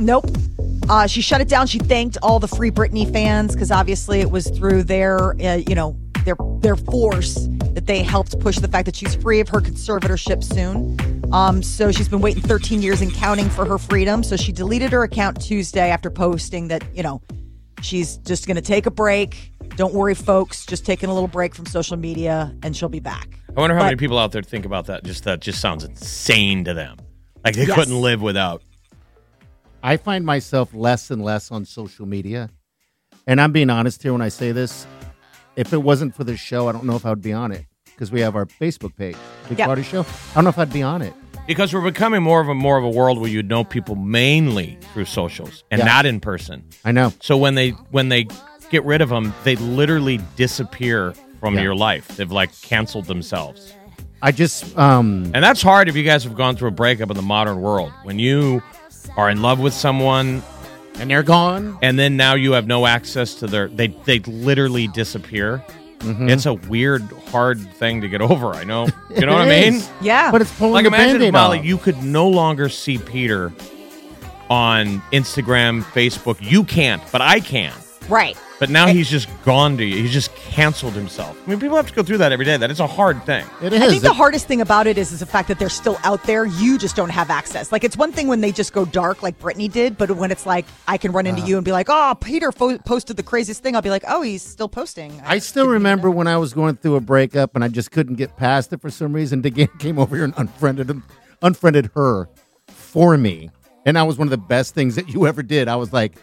Speaker 3: Nope. Uh, she shut it down. She thanked all the Free Britney fans because obviously it was through their, uh, you know, their their force that they helped push the fact that she's free of her conservatorship soon. Um, so she's been waiting 13 years and counting for her freedom. So she deleted her account Tuesday after posting that, you know, she's just going to take a break. Don't worry, folks. Just taking a little break from social media, and she'll be back.
Speaker 4: I wonder how
Speaker 3: But-
Speaker 4: many people out there think about that. Just that just sounds insane to them. Like they
Speaker 3: Yes.
Speaker 4: couldn't live without.
Speaker 5: I find myself less and less on social media, and I'm being honest here when I say this. If it wasn't for this show, I don't know if I would be on it because we have our Facebook page, Big
Speaker 4: Yeah.
Speaker 5: Party Show. I don't know if I'd be on it.
Speaker 4: Because we're becoming more of a more of a world where you know people mainly through socials and
Speaker 5: Yeah.
Speaker 4: not in person.
Speaker 5: I know.
Speaker 4: So when they when they get rid of them, they literally disappear from
Speaker 5: Yeah.
Speaker 4: your life. They've like canceled themselves.
Speaker 5: I just um
Speaker 4: And that's hard if you guys have gone through a breakup in the modern world. When you are in love with someone
Speaker 5: and they're gone
Speaker 4: and then now you have no access to their they they literally disappear.
Speaker 5: Mm-hmm.
Speaker 4: It's a weird hard thing to get over, I know. You know what I
Speaker 5: It
Speaker 4: mean?
Speaker 5: is. Yeah. But it's pulling
Speaker 4: Like
Speaker 5: the
Speaker 4: imagine if,
Speaker 5: Band-Aid
Speaker 4: Molly,
Speaker 5: off.
Speaker 4: you could no longer see Peter on Instagram, Facebook. You can't, but I can.
Speaker 3: Right.
Speaker 4: But now he's just gone to you. He's just canceled himself. I mean, people have to go through that every day. That is a hard thing.
Speaker 5: It
Speaker 3: I think the hardest thing about it is is the fact that they're still out there. You just don't have access. Like it's one thing when they just go dark, like Britney did, but when it's like I can run into
Speaker 5: Uh-huh.
Speaker 3: you and be like, "Oh, Peter fo- posted the craziest thing," I'll be like, "Oh, he's still posting."
Speaker 5: I still remember when I was going through a breakup and I just couldn't get past it for some reason. DeGan came over here and unfriended him, unfriended her for me, and that was one of the best things that you ever did. I was like,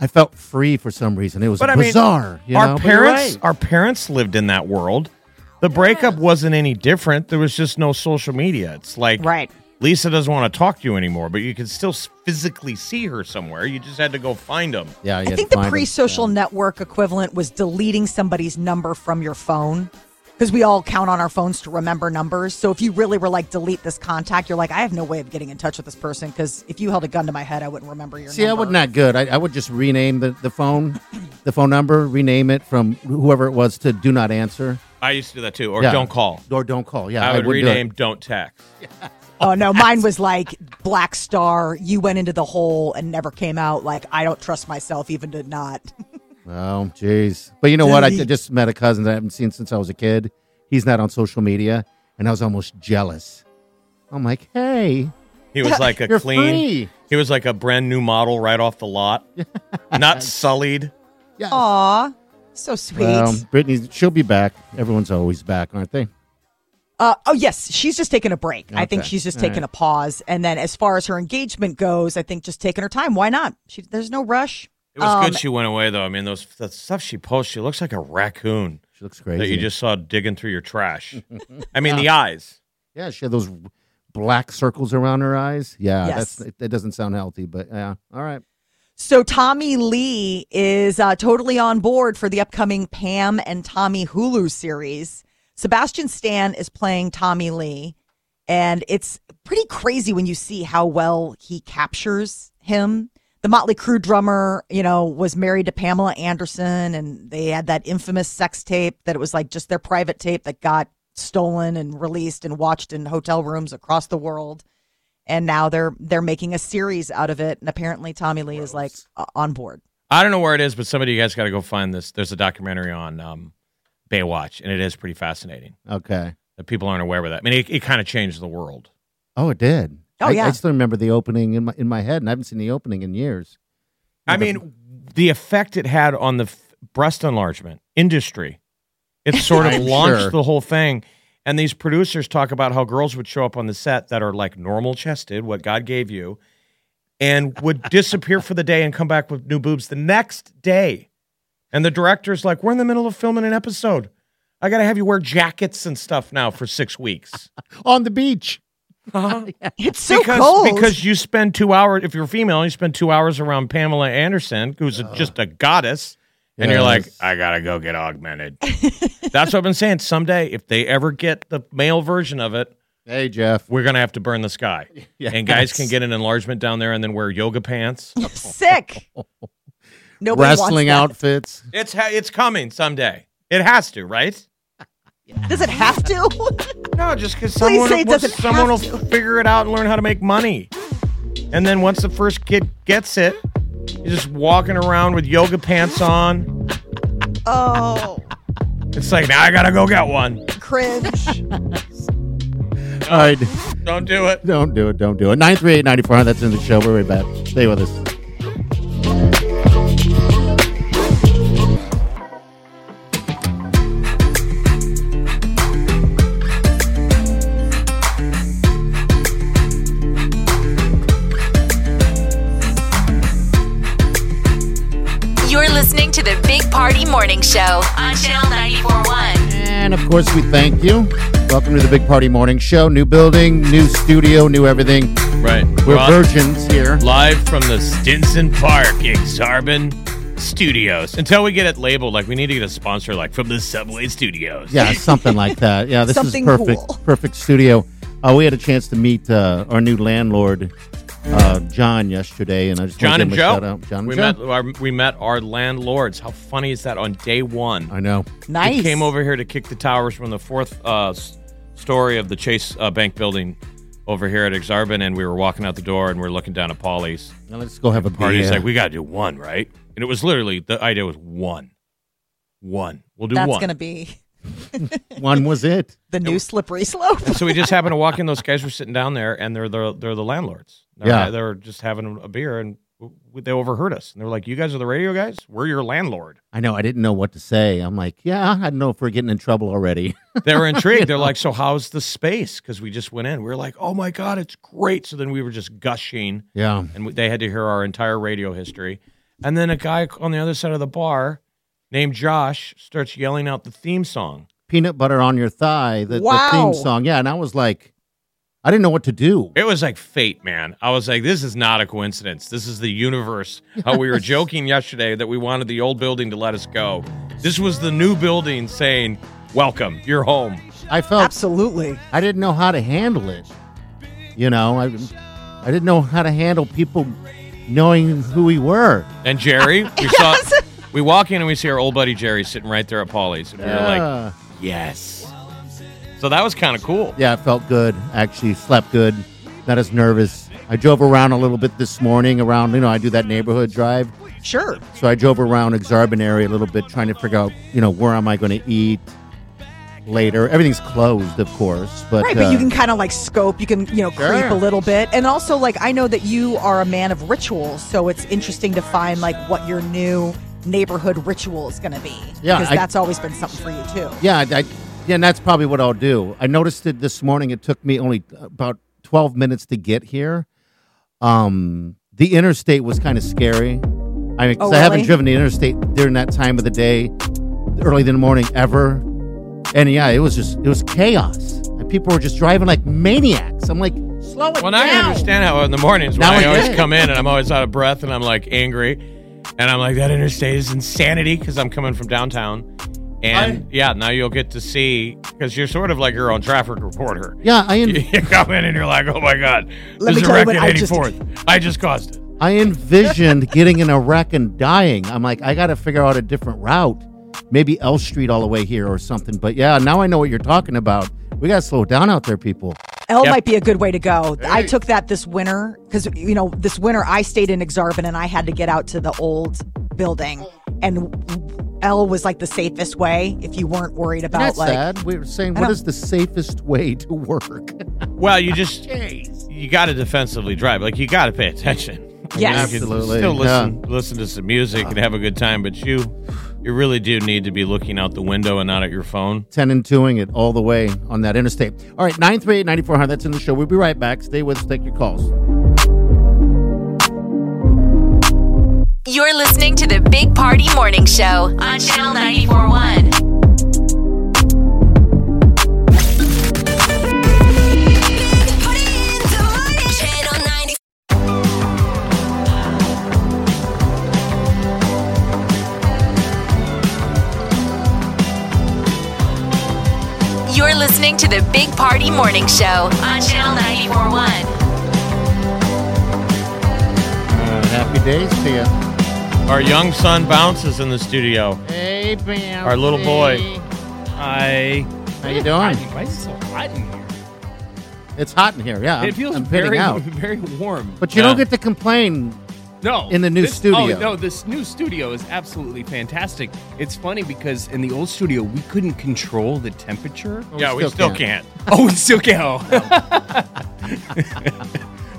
Speaker 5: I felt free for some reason. It was
Speaker 4: But I mean,
Speaker 5: bizarre. you
Speaker 4: our
Speaker 5: know? But you're
Speaker 4: parents,
Speaker 5: right.
Speaker 4: our parents lived in that world. The breakup wasn't any different. There was just no social media. It's like right. Lisa doesn't want to talk to you anymore, but you can still physically see her somewhere. You just had to go find them.
Speaker 5: Yeah,
Speaker 3: I think the pre-social network equivalent was deleting somebody's number from your phone because we all count on our phones to remember numbers. So if you really were like, "Delete this contact," you're like, "I have no way of getting in touch with this person," because if you held a gun to my head, I wouldn't remember your
Speaker 5: See, I wasn't that good. I, I would just rename the, the phone, the phone number, rename it from whoever it was to do not answer.
Speaker 4: I used to do that too, or
Speaker 5: Yeah.
Speaker 4: don't call,
Speaker 5: or don't call. Yeah,
Speaker 4: I
Speaker 5: I
Speaker 4: would
Speaker 5: would do it.
Speaker 4: rename don't text.
Speaker 3: Oh no, mine was like Black Star. You went into the hole and never came out. Like I don't trust myself even to not.
Speaker 5: Oh, jeez. But you know what? I
Speaker 3: Delete.
Speaker 5: just met a cousin that I haven't seen since I was a kid. He's not on social media, and I was almost jealous. I'm like, hey.
Speaker 4: He was like a
Speaker 5: You're
Speaker 4: clean.
Speaker 5: free.
Speaker 4: He was like a brand new model right off the lot, not sullied.
Speaker 3: Aw, so sweet.
Speaker 5: Well, Um, Brittany, she'll be back. Everyone's always back, aren't they?
Speaker 3: Uh, oh yes, she's just taking a break. I think
Speaker 5: Okay.
Speaker 3: she's just
Speaker 5: All
Speaker 3: taking
Speaker 5: right.
Speaker 3: a pause. And then as far as her engagement goes, I think just taking her time. Why not? She, there's no rush.
Speaker 4: It was
Speaker 3: Um,
Speaker 4: good she went away though. I mean, those that stuff she posts, she looks like a raccoon. She
Speaker 5: looks
Speaker 4: That
Speaker 5: crazy.
Speaker 4: you just saw digging through your trash. I mean, the eyes.
Speaker 5: Yeah, she had those black circles around her eyes. Yeah,
Speaker 3: Yes.
Speaker 5: that's that doesn't sound healthy, but yeah. All right.
Speaker 3: So Tommy Lee is uh, totally on board for the upcoming Pam and Tommy Hulu series. Sebastian Stan is playing Tommy Lee, and it's pretty crazy when you see how well he captures him. The Motley Crue drummer, you know, was married to Pamela Anderson, and they had that infamous sex tape that it was like just their private tape that got stolen and released and watched in hotel rooms across the world and now they're they're making a series out of it and apparently tommy lee is like uh, on board
Speaker 4: I don't know where it is, but somebody you guys got to go find this. There's a documentary on um, Baywatch, and it is pretty fascinating.
Speaker 5: Okay.
Speaker 4: That people aren't aware of that. I mean, it, it kind of changed the world.
Speaker 5: Oh, it did.
Speaker 4: Oh,
Speaker 5: I, I
Speaker 4: yeah.
Speaker 5: still remember the opening in my in my head, and I haven't seen the opening in years.
Speaker 4: I mean, the effect it had on the f- breast enlargement industry. It sort of
Speaker 5: I'm
Speaker 4: launched
Speaker 5: sure.
Speaker 4: the whole thing. And these producers talk about how girls would show up on the set that are like normal chested, what God gave you, and would disappear for the day and come back with new boobs the next day. And the director's like, We're in the middle of filming an episode. I got to have you wear jackets and stuff now for six weeks.
Speaker 5: on the beach.
Speaker 3: It's so
Speaker 4: because,
Speaker 3: cold.
Speaker 4: Because you spend two hours, if you're female, you spend two hours around Pamela Anderson, who's a, just a goddess, and you're like, I gotta go get augmented. That's what I've been saying. Someday, if they ever get the male version of it,
Speaker 5: hey Jeff,
Speaker 4: we're gonna have to burn the sky, and guys can get an enlargement down there and then wear yoga pants.
Speaker 3: sick nobody
Speaker 5: Wrestling
Speaker 3: wants
Speaker 5: outfits.
Speaker 4: it's ha- it's coming someday. It has to, right?
Speaker 3: that. does it have to
Speaker 4: no just because
Speaker 3: Please
Speaker 4: Someone,
Speaker 3: say it
Speaker 4: will,
Speaker 3: doesn't
Speaker 4: someone will
Speaker 3: have to.
Speaker 4: figure it out and learn how to make money. And then once the first kid gets it, you're just walking around with yoga pants on.
Speaker 3: oh
Speaker 4: It's like, now I gotta go get one.
Speaker 3: cringe
Speaker 5: All right.
Speaker 4: Don't do it.
Speaker 5: Don't do it. Don't do it. 938 9400. That's in the show. We're right back. Stay with us.
Speaker 2: You're listening to the Big Party Morning Show on Channel 941.
Speaker 5: And of course, we thank you. Welcome to the Big Party Morning Show. New building, new studio, new everything.
Speaker 4: Right.
Speaker 5: We're
Speaker 4: Rob-
Speaker 5: virgins here.
Speaker 4: Live from the Stinson Park Exarban Studios. Until we get it labeled, like we need to get a sponsor, like from the Subway Studios.
Speaker 5: Yeah, something like that. Yeah, this
Speaker 4: Something
Speaker 5: is perfect. Perfect studio. Uh, we had a chance to meet uh, our new landlord, uh, John, yesterday, and I just
Speaker 4: John
Speaker 5: want to
Speaker 4: and
Speaker 5: give him
Speaker 4: Joe.
Speaker 5: a shout out. John and
Speaker 4: we
Speaker 5: Joe.
Speaker 4: met our we met our landlords. How funny is that? On day one,
Speaker 5: I know.
Speaker 4: Nice. He came over here to kick the towers from the fourth uh, s- story of the Chase uh, Bank building over here at Exarban, and we were walking out the door and we are looking down at Polly's.
Speaker 5: Now let's go have a
Speaker 4: party. He's
Speaker 5: beer.
Speaker 4: like, we got to do one, right? And it was literally the idea was one, one. We'll do
Speaker 3: that's
Speaker 4: one.
Speaker 3: gonna be
Speaker 5: One was it.
Speaker 3: the new slippery slope
Speaker 4: And so we just happened to walk in. Those guys were sitting down there, and they're the they're the landlords. They're,
Speaker 5: Yeah.
Speaker 4: they're just having a beer, and w- they overheard us, and they were like, "You guys are the radio guys. We're your landlord."
Speaker 5: I know. I didn't know what to say. I'm like, yeah, I don't know if we're getting in trouble already.
Speaker 4: They were intrigued. They're like, "So how's the space?" Because we just went in. We were like, "Oh my god, it's great!" So then we were just gushing.
Speaker 5: Yeah.
Speaker 4: and we, they had to hear our entire radio history. And then a guy on the other side of the bar, named Josh, starts yelling out the theme song.
Speaker 5: Peanut butter on your thigh, the,
Speaker 4: Wow.
Speaker 5: the theme song. Yeah, and I was like, I didn't know what to do.
Speaker 4: It was like fate, man. I was like, this is not a coincidence. This is the universe. How we were joking yesterday that we wanted the old building to let us go. This was the new building saying, welcome, you're home.
Speaker 5: I felt
Speaker 3: absolutely.
Speaker 5: I didn't know how to handle it. You know, I I didn't know how to handle people knowing who we were.
Speaker 4: And Jerry, we saw, we walk in and we see our old buddy Jerry sitting right there at Polly's. And we were
Speaker 5: Yeah.
Speaker 4: like, yes. So that was kind of cool.
Speaker 5: Yeah, it felt good. Actually, slept good. Not as nervous. I drove around a little bit this morning. Around, you know, I do that neighborhood drive.
Speaker 3: Sure.
Speaker 5: So I drove around Exarban area a little bit, trying to figure out, you know, where am I going to eat later. Everything's closed, of course, but
Speaker 3: right, but
Speaker 5: uh,
Speaker 3: you can kind of like scope. You can you know creep
Speaker 5: Sure.
Speaker 3: a little bit, and also like I know that you are a man of rituals, so it's interesting to find like what your new neighborhood ritual is going to be.
Speaker 5: Yeah,
Speaker 3: because
Speaker 5: I-
Speaker 3: that's always been something for you too.
Speaker 5: Yeah, I, I- yeah, and that's probably what I'll do. I noticed it this morning. It took me only about twelve minutes to get here. Um, the interstate was kind of scary. I mean,
Speaker 3: Oh,
Speaker 5: 'cause I haven't
Speaker 3: really?
Speaker 5: driven the interstate during that time of the day, early in the morning ever. And yeah, it was just it was chaos. And people were just driving like maniacs. I'm like, slow it
Speaker 4: well, now
Speaker 5: down.
Speaker 4: I understand how in the mornings when
Speaker 5: Now
Speaker 4: I
Speaker 5: I
Speaker 4: always
Speaker 5: get it.
Speaker 4: come in and I'm always out of breath and I'm like angry, and I'm like that interstate is insanity because I'm coming from downtown, and yeah, now you'll get to see because you're sort of like your own traffic reporter.
Speaker 5: Yeah, I en-
Speaker 4: you come in and you're like, oh my god,
Speaker 5: Let me
Speaker 4: there's a
Speaker 5: tell you
Speaker 4: wreck
Speaker 5: what
Speaker 4: at
Speaker 5: I just-
Speaker 4: 84th. I just caused it.
Speaker 5: I envisioned getting in a wreck and dying. I'm like, I got to figure out a different route, maybe L Street all the way here or something. But yeah, now I know what you're talking about. We got to slow down out there, people.
Speaker 3: L might be a good way to go. I took that this winter because you know this winter I stayed in Exarban and I had to get out to the old building, and L was like the safest way if you weren't worried about
Speaker 5: That's
Speaker 3: like
Speaker 5: sad. We were saying,
Speaker 3: I
Speaker 5: what
Speaker 3: don't-
Speaker 5: is the safest way to work?
Speaker 4: Well, you just you got to defensively drive. Like you got to pay attention. I mean,
Speaker 5: Yes.
Speaker 4: you can
Speaker 5: Absolutely,
Speaker 4: Still listen listen to some music and have a good time, but you you really do need to be looking out the window and not at your phone.
Speaker 5: 10 and 2ing it all the way on that interstate. All right, 938 9400. That's in the show. We'll be right back. Stay with us. Take your calls.
Speaker 2: You're listening to the Big Party Morning Show on Channel 941. You're listening to the Big Party Morning Show on Channel 941.
Speaker 5: happy days to you.
Speaker 4: Our young son bounces in the studio.
Speaker 5: Hey, Bam.
Speaker 4: Our little boy. Hi.
Speaker 5: How you doing?
Speaker 11: Why is it so hot in here?
Speaker 5: It's hot in here. Yeah.
Speaker 11: it feels
Speaker 5: I'm, I'm pitting
Speaker 11: very,
Speaker 5: out.
Speaker 11: very warm.
Speaker 5: But you don't get to complain
Speaker 11: no
Speaker 5: in the new
Speaker 11: this-
Speaker 5: studio.
Speaker 11: Oh no, this new studio is absolutely fantastic. It's funny because in the old studio we couldn't control the temperature.
Speaker 4: Yeah, we still can't.
Speaker 11: oh, we still can't. Oh.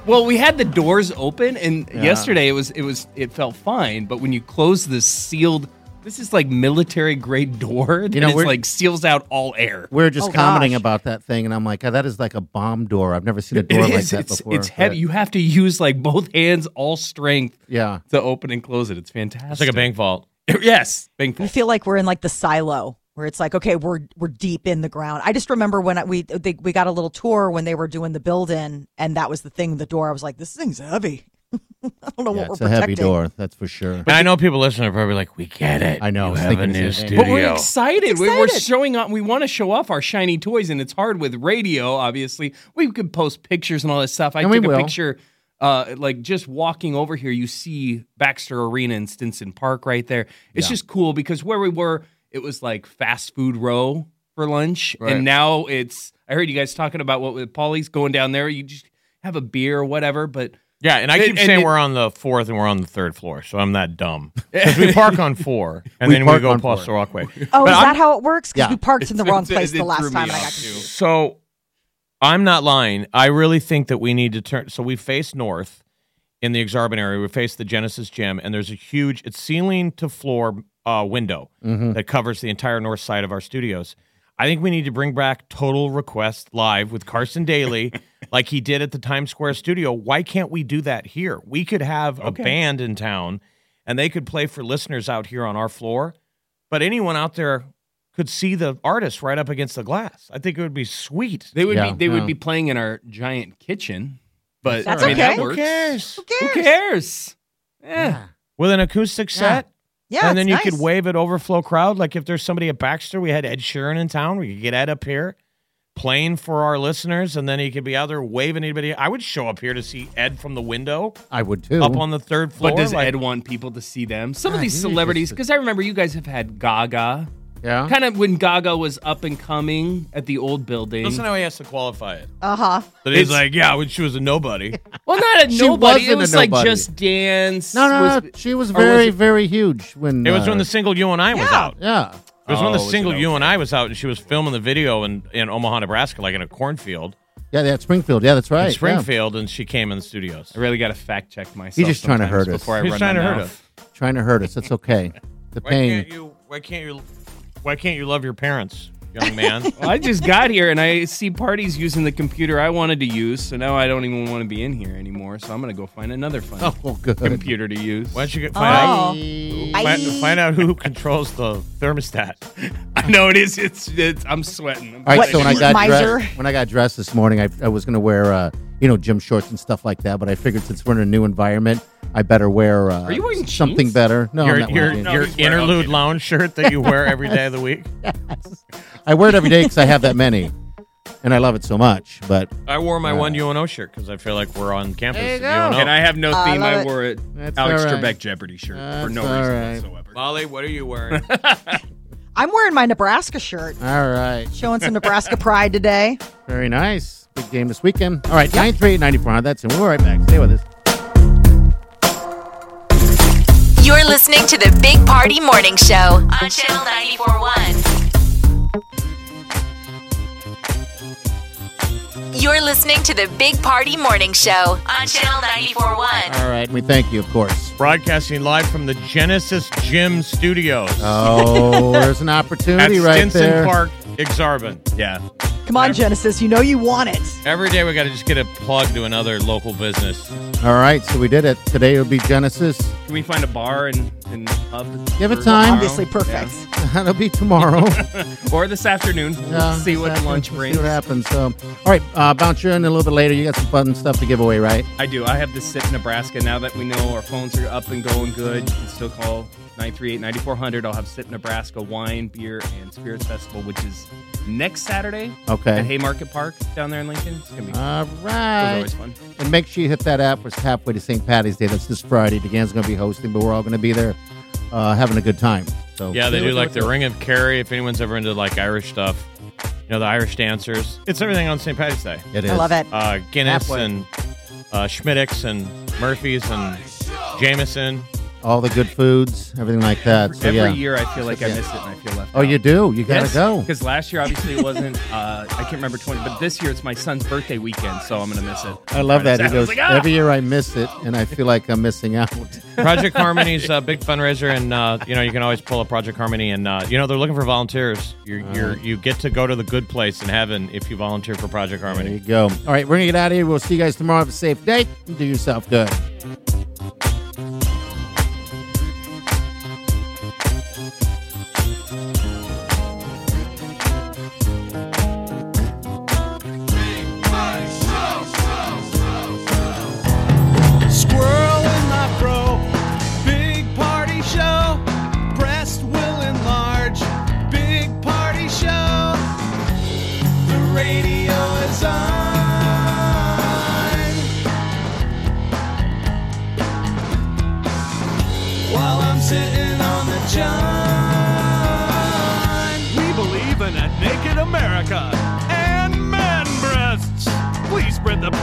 Speaker 11: well, we had the doors open, and
Speaker 4: Yeah.
Speaker 11: yesterday it was it was it felt fine. But when you close this sealed, this is like military grade door.
Speaker 5: You know,
Speaker 11: and it's
Speaker 5: we're-
Speaker 11: like seals out all air.
Speaker 5: We We're just
Speaker 3: Oh,
Speaker 5: commenting about that thing, and I'm like, oh, that is like a bomb door. I've never seen a
Speaker 11: It
Speaker 5: door like
Speaker 11: is.
Speaker 5: that
Speaker 11: it's,
Speaker 5: before.
Speaker 11: it's heavy. You have to use like both hands, all strength.
Speaker 5: Yeah.
Speaker 11: To open and close it. It's fantastic. It's
Speaker 4: like a bank vault.
Speaker 11: yes. Bank
Speaker 3: I
Speaker 11: vault.
Speaker 3: feel like we're in like the silo where it's like okay we're we're deep in the ground. I just remember when I, we they, we got a little tour when they were doing the build in, and that was the thing. The door I was like this thing's heavy. I don't know
Speaker 5: Yeah,
Speaker 3: what we're
Speaker 5: it's a heavy
Speaker 3: protecting.
Speaker 5: door, that's for sure.
Speaker 4: And I know people listening are probably like, we get it. I know. You
Speaker 5: was
Speaker 4: have a
Speaker 5: thinking
Speaker 4: new
Speaker 5: the same
Speaker 4: studio.
Speaker 5: thing.
Speaker 11: But we're excited. We- We're
Speaker 3: excited.
Speaker 11: showing up. We want to show off our shiny toys, and it's hard with radio. Obviously, we could post pictures and all this stuff. I
Speaker 5: And we
Speaker 11: took a
Speaker 5: will.
Speaker 11: picture, uh, like just walking over here. You see Baxter Arena in Stinson Park right there. It's
Speaker 4: Yeah.
Speaker 11: just cool because where we were, it was like fast food row for lunch,
Speaker 4: Right.
Speaker 11: and now it's. I heard you guys talking about what with Paulie's going down there. You just have a beer or whatever, but.
Speaker 4: Yeah, and I keep saying we're on the fourth and we're on the third floor, so I'm not dumb. 'Cause we park on four, and
Speaker 5: We
Speaker 4: then we
Speaker 5: park
Speaker 4: go
Speaker 5: on
Speaker 4: past
Speaker 5: four.
Speaker 4: the walkway.
Speaker 3: Oh,
Speaker 4: But
Speaker 3: is
Speaker 4: I'm-
Speaker 3: that how it works? Because
Speaker 4: Yeah.
Speaker 3: we parked in the wrong place
Speaker 11: it
Speaker 3: the last
Speaker 11: threw me
Speaker 3: time I got
Speaker 11: off,
Speaker 3: confused.
Speaker 4: So I'm not lying. I really think that we need to turn. So we face north in the Exarban area. We face the Genesis Gym, and there's a huge, it's ceiling to floor uh, window
Speaker 5: Mhm.
Speaker 4: that covers the entire north side of our studios. I think we need to bring back Total Request Live with Carson Daly, like he did at the Times Square studio. Why can't we do that here? We could have
Speaker 11: Okay.
Speaker 4: a band in town and they could play for listeners out here on our floor, but anyone out there could see the artist right up against the glass. I think it would be sweet.
Speaker 11: They would
Speaker 4: Yeah,
Speaker 11: be they
Speaker 4: yeah.
Speaker 11: would be playing in our giant kitchen, but
Speaker 4: That's
Speaker 11: I mean,
Speaker 4: okay.
Speaker 11: that
Speaker 4: Who
Speaker 11: works.
Speaker 4: cares? Who
Speaker 11: Who cares?
Speaker 4: Yeah. With an acoustic set.
Speaker 11: Yeah,
Speaker 4: and then you
Speaker 11: it's
Speaker 4: could
Speaker 11: nice.
Speaker 4: wave at overflow crowd. Like if there's somebody at Baxter, we had Ed Sheeran in town. We could get Ed up here playing for our listeners, and then he could be out there waving anybody. I would show up here to see Ed from the window.
Speaker 5: I would too.
Speaker 4: Up on the third floor.
Speaker 11: But does
Speaker 4: like-
Speaker 11: Ed want people to see them?
Speaker 5: Ah,
Speaker 11: Some of
Speaker 4: God,
Speaker 11: these
Speaker 4: you just-
Speaker 11: celebrities, because I remember you guys have had Gaga.
Speaker 5: Yeah.
Speaker 11: Kind of when Gaga was up and coming at the old building.
Speaker 4: Listen how he has to qualify it.
Speaker 3: Uh
Speaker 11: Uh-huh.
Speaker 3: huh.
Speaker 4: But he's like, yeah, when she was a nobody.
Speaker 11: well, not a
Speaker 4: She
Speaker 11: nobody. It
Speaker 4: wasn't a
Speaker 11: was like
Speaker 4: nobody.
Speaker 11: just dance.
Speaker 5: No, no, no. She was very, very huge when
Speaker 4: It was
Speaker 5: uh,
Speaker 4: when the single "You and I" was out.
Speaker 5: Yeah.
Speaker 4: It was when the
Speaker 5: Oh, was it
Speaker 4: single "You and I" was out, and she was filming the video in, in Omaha, Nebraska, like in a cornfield
Speaker 5: Yeah, yeah, Springfield. Yeah, that's right.
Speaker 4: in
Speaker 5: yeah.
Speaker 4: Springfield, and she came in the studios. I
Speaker 11: really got to fact check myself.
Speaker 5: He's just trying to hurt
Speaker 11: sometimes
Speaker 5: us.
Speaker 11: before I
Speaker 4: He's
Speaker 11: run
Speaker 4: trying
Speaker 11: my
Speaker 4: to hurt
Speaker 11: mouth.
Speaker 4: us.
Speaker 5: Trying to hurt us. That's okay. The
Speaker 4: Why
Speaker 5: pain.
Speaker 4: can't you? Why can't you? Why can't you love your parents? young man.
Speaker 11: Well, I just got here and I see parties using the computer I wanted to use, so now I don't even want to be in here anymore. So I'm gonna go find another fun
Speaker 4: Oh, good.
Speaker 11: computer to use.
Speaker 4: Why don't you get find, out, find, find out who controls the thermostat?
Speaker 11: I know it is. It's. it's I'm sweating. I'm
Speaker 5: All right, so when I
Speaker 11: sweating.
Speaker 5: got dressed, when I got dressed this morning, I, I was going to wear uh, you know gym shorts and stuff like that, but I figured since we're in a new environment, I better wear uh,
Speaker 4: Are you wearing
Speaker 5: something
Speaker 4: jeans?
Speaker 5: better. No, I'm
Speaker 4: your
Speaker 5: not wearing
Speaker 4: your,
Speaker 5: jeans.
Speaker 4: your interlude lounge shirt that you wear every day of the week.
Speaker 5: I wear it every day because I have that many, and I love it so much. But
Speaker 4: I wore my one UNO shirt because I feel like we're on campus.
Speaker 11: There you go.
Speaker 4: at UNO.
Speaker 11: And I have no
Speaker 4: Uh,
Speaker 11: theme.
Speaker 4: love
Speaker 11: I
Speaker 4: it.
Speaker 11: wore it
Speaker 4: That's
Speaker 11: Alex
Speaker 4: all right.
Speaker 11: Trebek Jeopardy shirt for
Speaker 4: That's
Speaker 11: no
Speaker 4: all
Speaker 11: reason
Speaker 4: right.
Speaker 11: whatsoever.
Speaker 4: Molly, what are you wearing?
Speaker 3: I'm wearing my Nebraska shirt,
Speaker 5: all right,
Speaker 3: showing some Nebraska pride today.
Speaker 5: Very nice. Big game this weekend. All right, nine three eight ninety four. That's it. We'll be right back. Stay with us.
Speaker 2: You're listening to the Big Party Morning Show on Channel 941. You're listening to the Big Party Morning Show on Channel 941.
Speaker 5: All right, we thank you, of course.
Speaker 4: Broadcasting live from the Genesis Gym Studios.
Speaker 5: Oh, there's an opportunity
Speaker 4: At
Speaker 5: right
Speaker 4: Stinson
Speaker 5: there.
Speaker 4: Park, Exarban. Yeah.
Speaker 3: Come on, Genesis, you know you want it.
Speaker 4: Every day we got to just get a plug to another local business.
Speaker 5: All right, so we did it. Today it'll be Genesis.
Speaker 11: Can we find a bar and and pub?
Speaker 5: Give it
Speaker 11: for
Speaker 5: time.
Speaker 11: tomorrow?
Speaker 5: Obviously
Speaker 11: Yeah.
Speaker 5: That'll be tomorrow.
Speaker 11: or this afternoon. We'll
Speaker 5: Yeah,
Speaker 11: see what
Speaker 5: exactly.
Speaker 11: lunch
Speaker 5: We'll
Speaker 11: brings.
Speaker 5: See what happens. So, all right, uh, bounce you in a little bit later. You got some fun stuff to give away, right?
Speaker 11: I do. I have this sit in Nebraska now that we know our phones are up and going good. You can still call 938-9400. I'll have Sit Nebraska Wine, Beer, and Spirits Festival, which is next Saturday.
Speaker 5: Okay.
Speaker 11: At Haymarket Park down there in Lincoln. It's gonna be
Speaker 5: All
Speaker 11: It was
Speaker 5: right.
Speaker 11: always fun.
Speaker 5: And make sure you hit that app. It's halfway to St. Patty's Day. That's this Friday. DeGan's going to be hosting, but we're all going to be there uh, having a good time. So
Speaker 4: Yeah, they
Speaker 5: stay
Speaker 4: do
Speaker 5: with
Speaker 4: like
Speaker 5: us.
Speaker 4: the Ring of Kerry. If anyone's ever into like Irish stuff, you know the Irish dancers. It's everything on St. Patrick's Day.
Speaker 5: It I is. love it.
Speaker 4: Uh, Guinness
Speaker 5: Halfway.
Speaker 4: and uh, Schmiddix and Murphy's and Jameson.
Speaker 5: All the good foods, everything like that. So,
Speaker 11: Every
Speaker 5: yeah.
Speaker 11: year I feel like I
Speaker 5: Yeah.
Speaker 11: miss it and I feel left
Speaker 5: Oh, you do? You got to go.
Speaker 11: Because last year obviously it wasn't. Uh, I can't remember twenty, but this year it's my son's birthday weekend, so I'm gonna miss it.
Speaker 5: I love that. He
Speaker 11: It's
Speaker 5: goes,
Speaker 11: like, ah!
Speaker 5: every year I miss it, and I feel like I'm missing out.
Speaker 4: Project Harmony's a big fundraiser, and uh, you know you can always pull up Project Harmony, and uh, you know they're looking for volunteers. You're, you're you get to go to the good place in heaven if you volunteer for Project Harmony.
Speaker 5: There you go. All right, we're going to get out of here. We'll see you guys tomorrow. Have a safe day. Do yourself good.
Speaker 12: Squirrel in my pro, big party show. Breast will enlarge, big party show. The radio is on. While I'm sitting on the john. We believe in a naked America and man breasts. Please spread the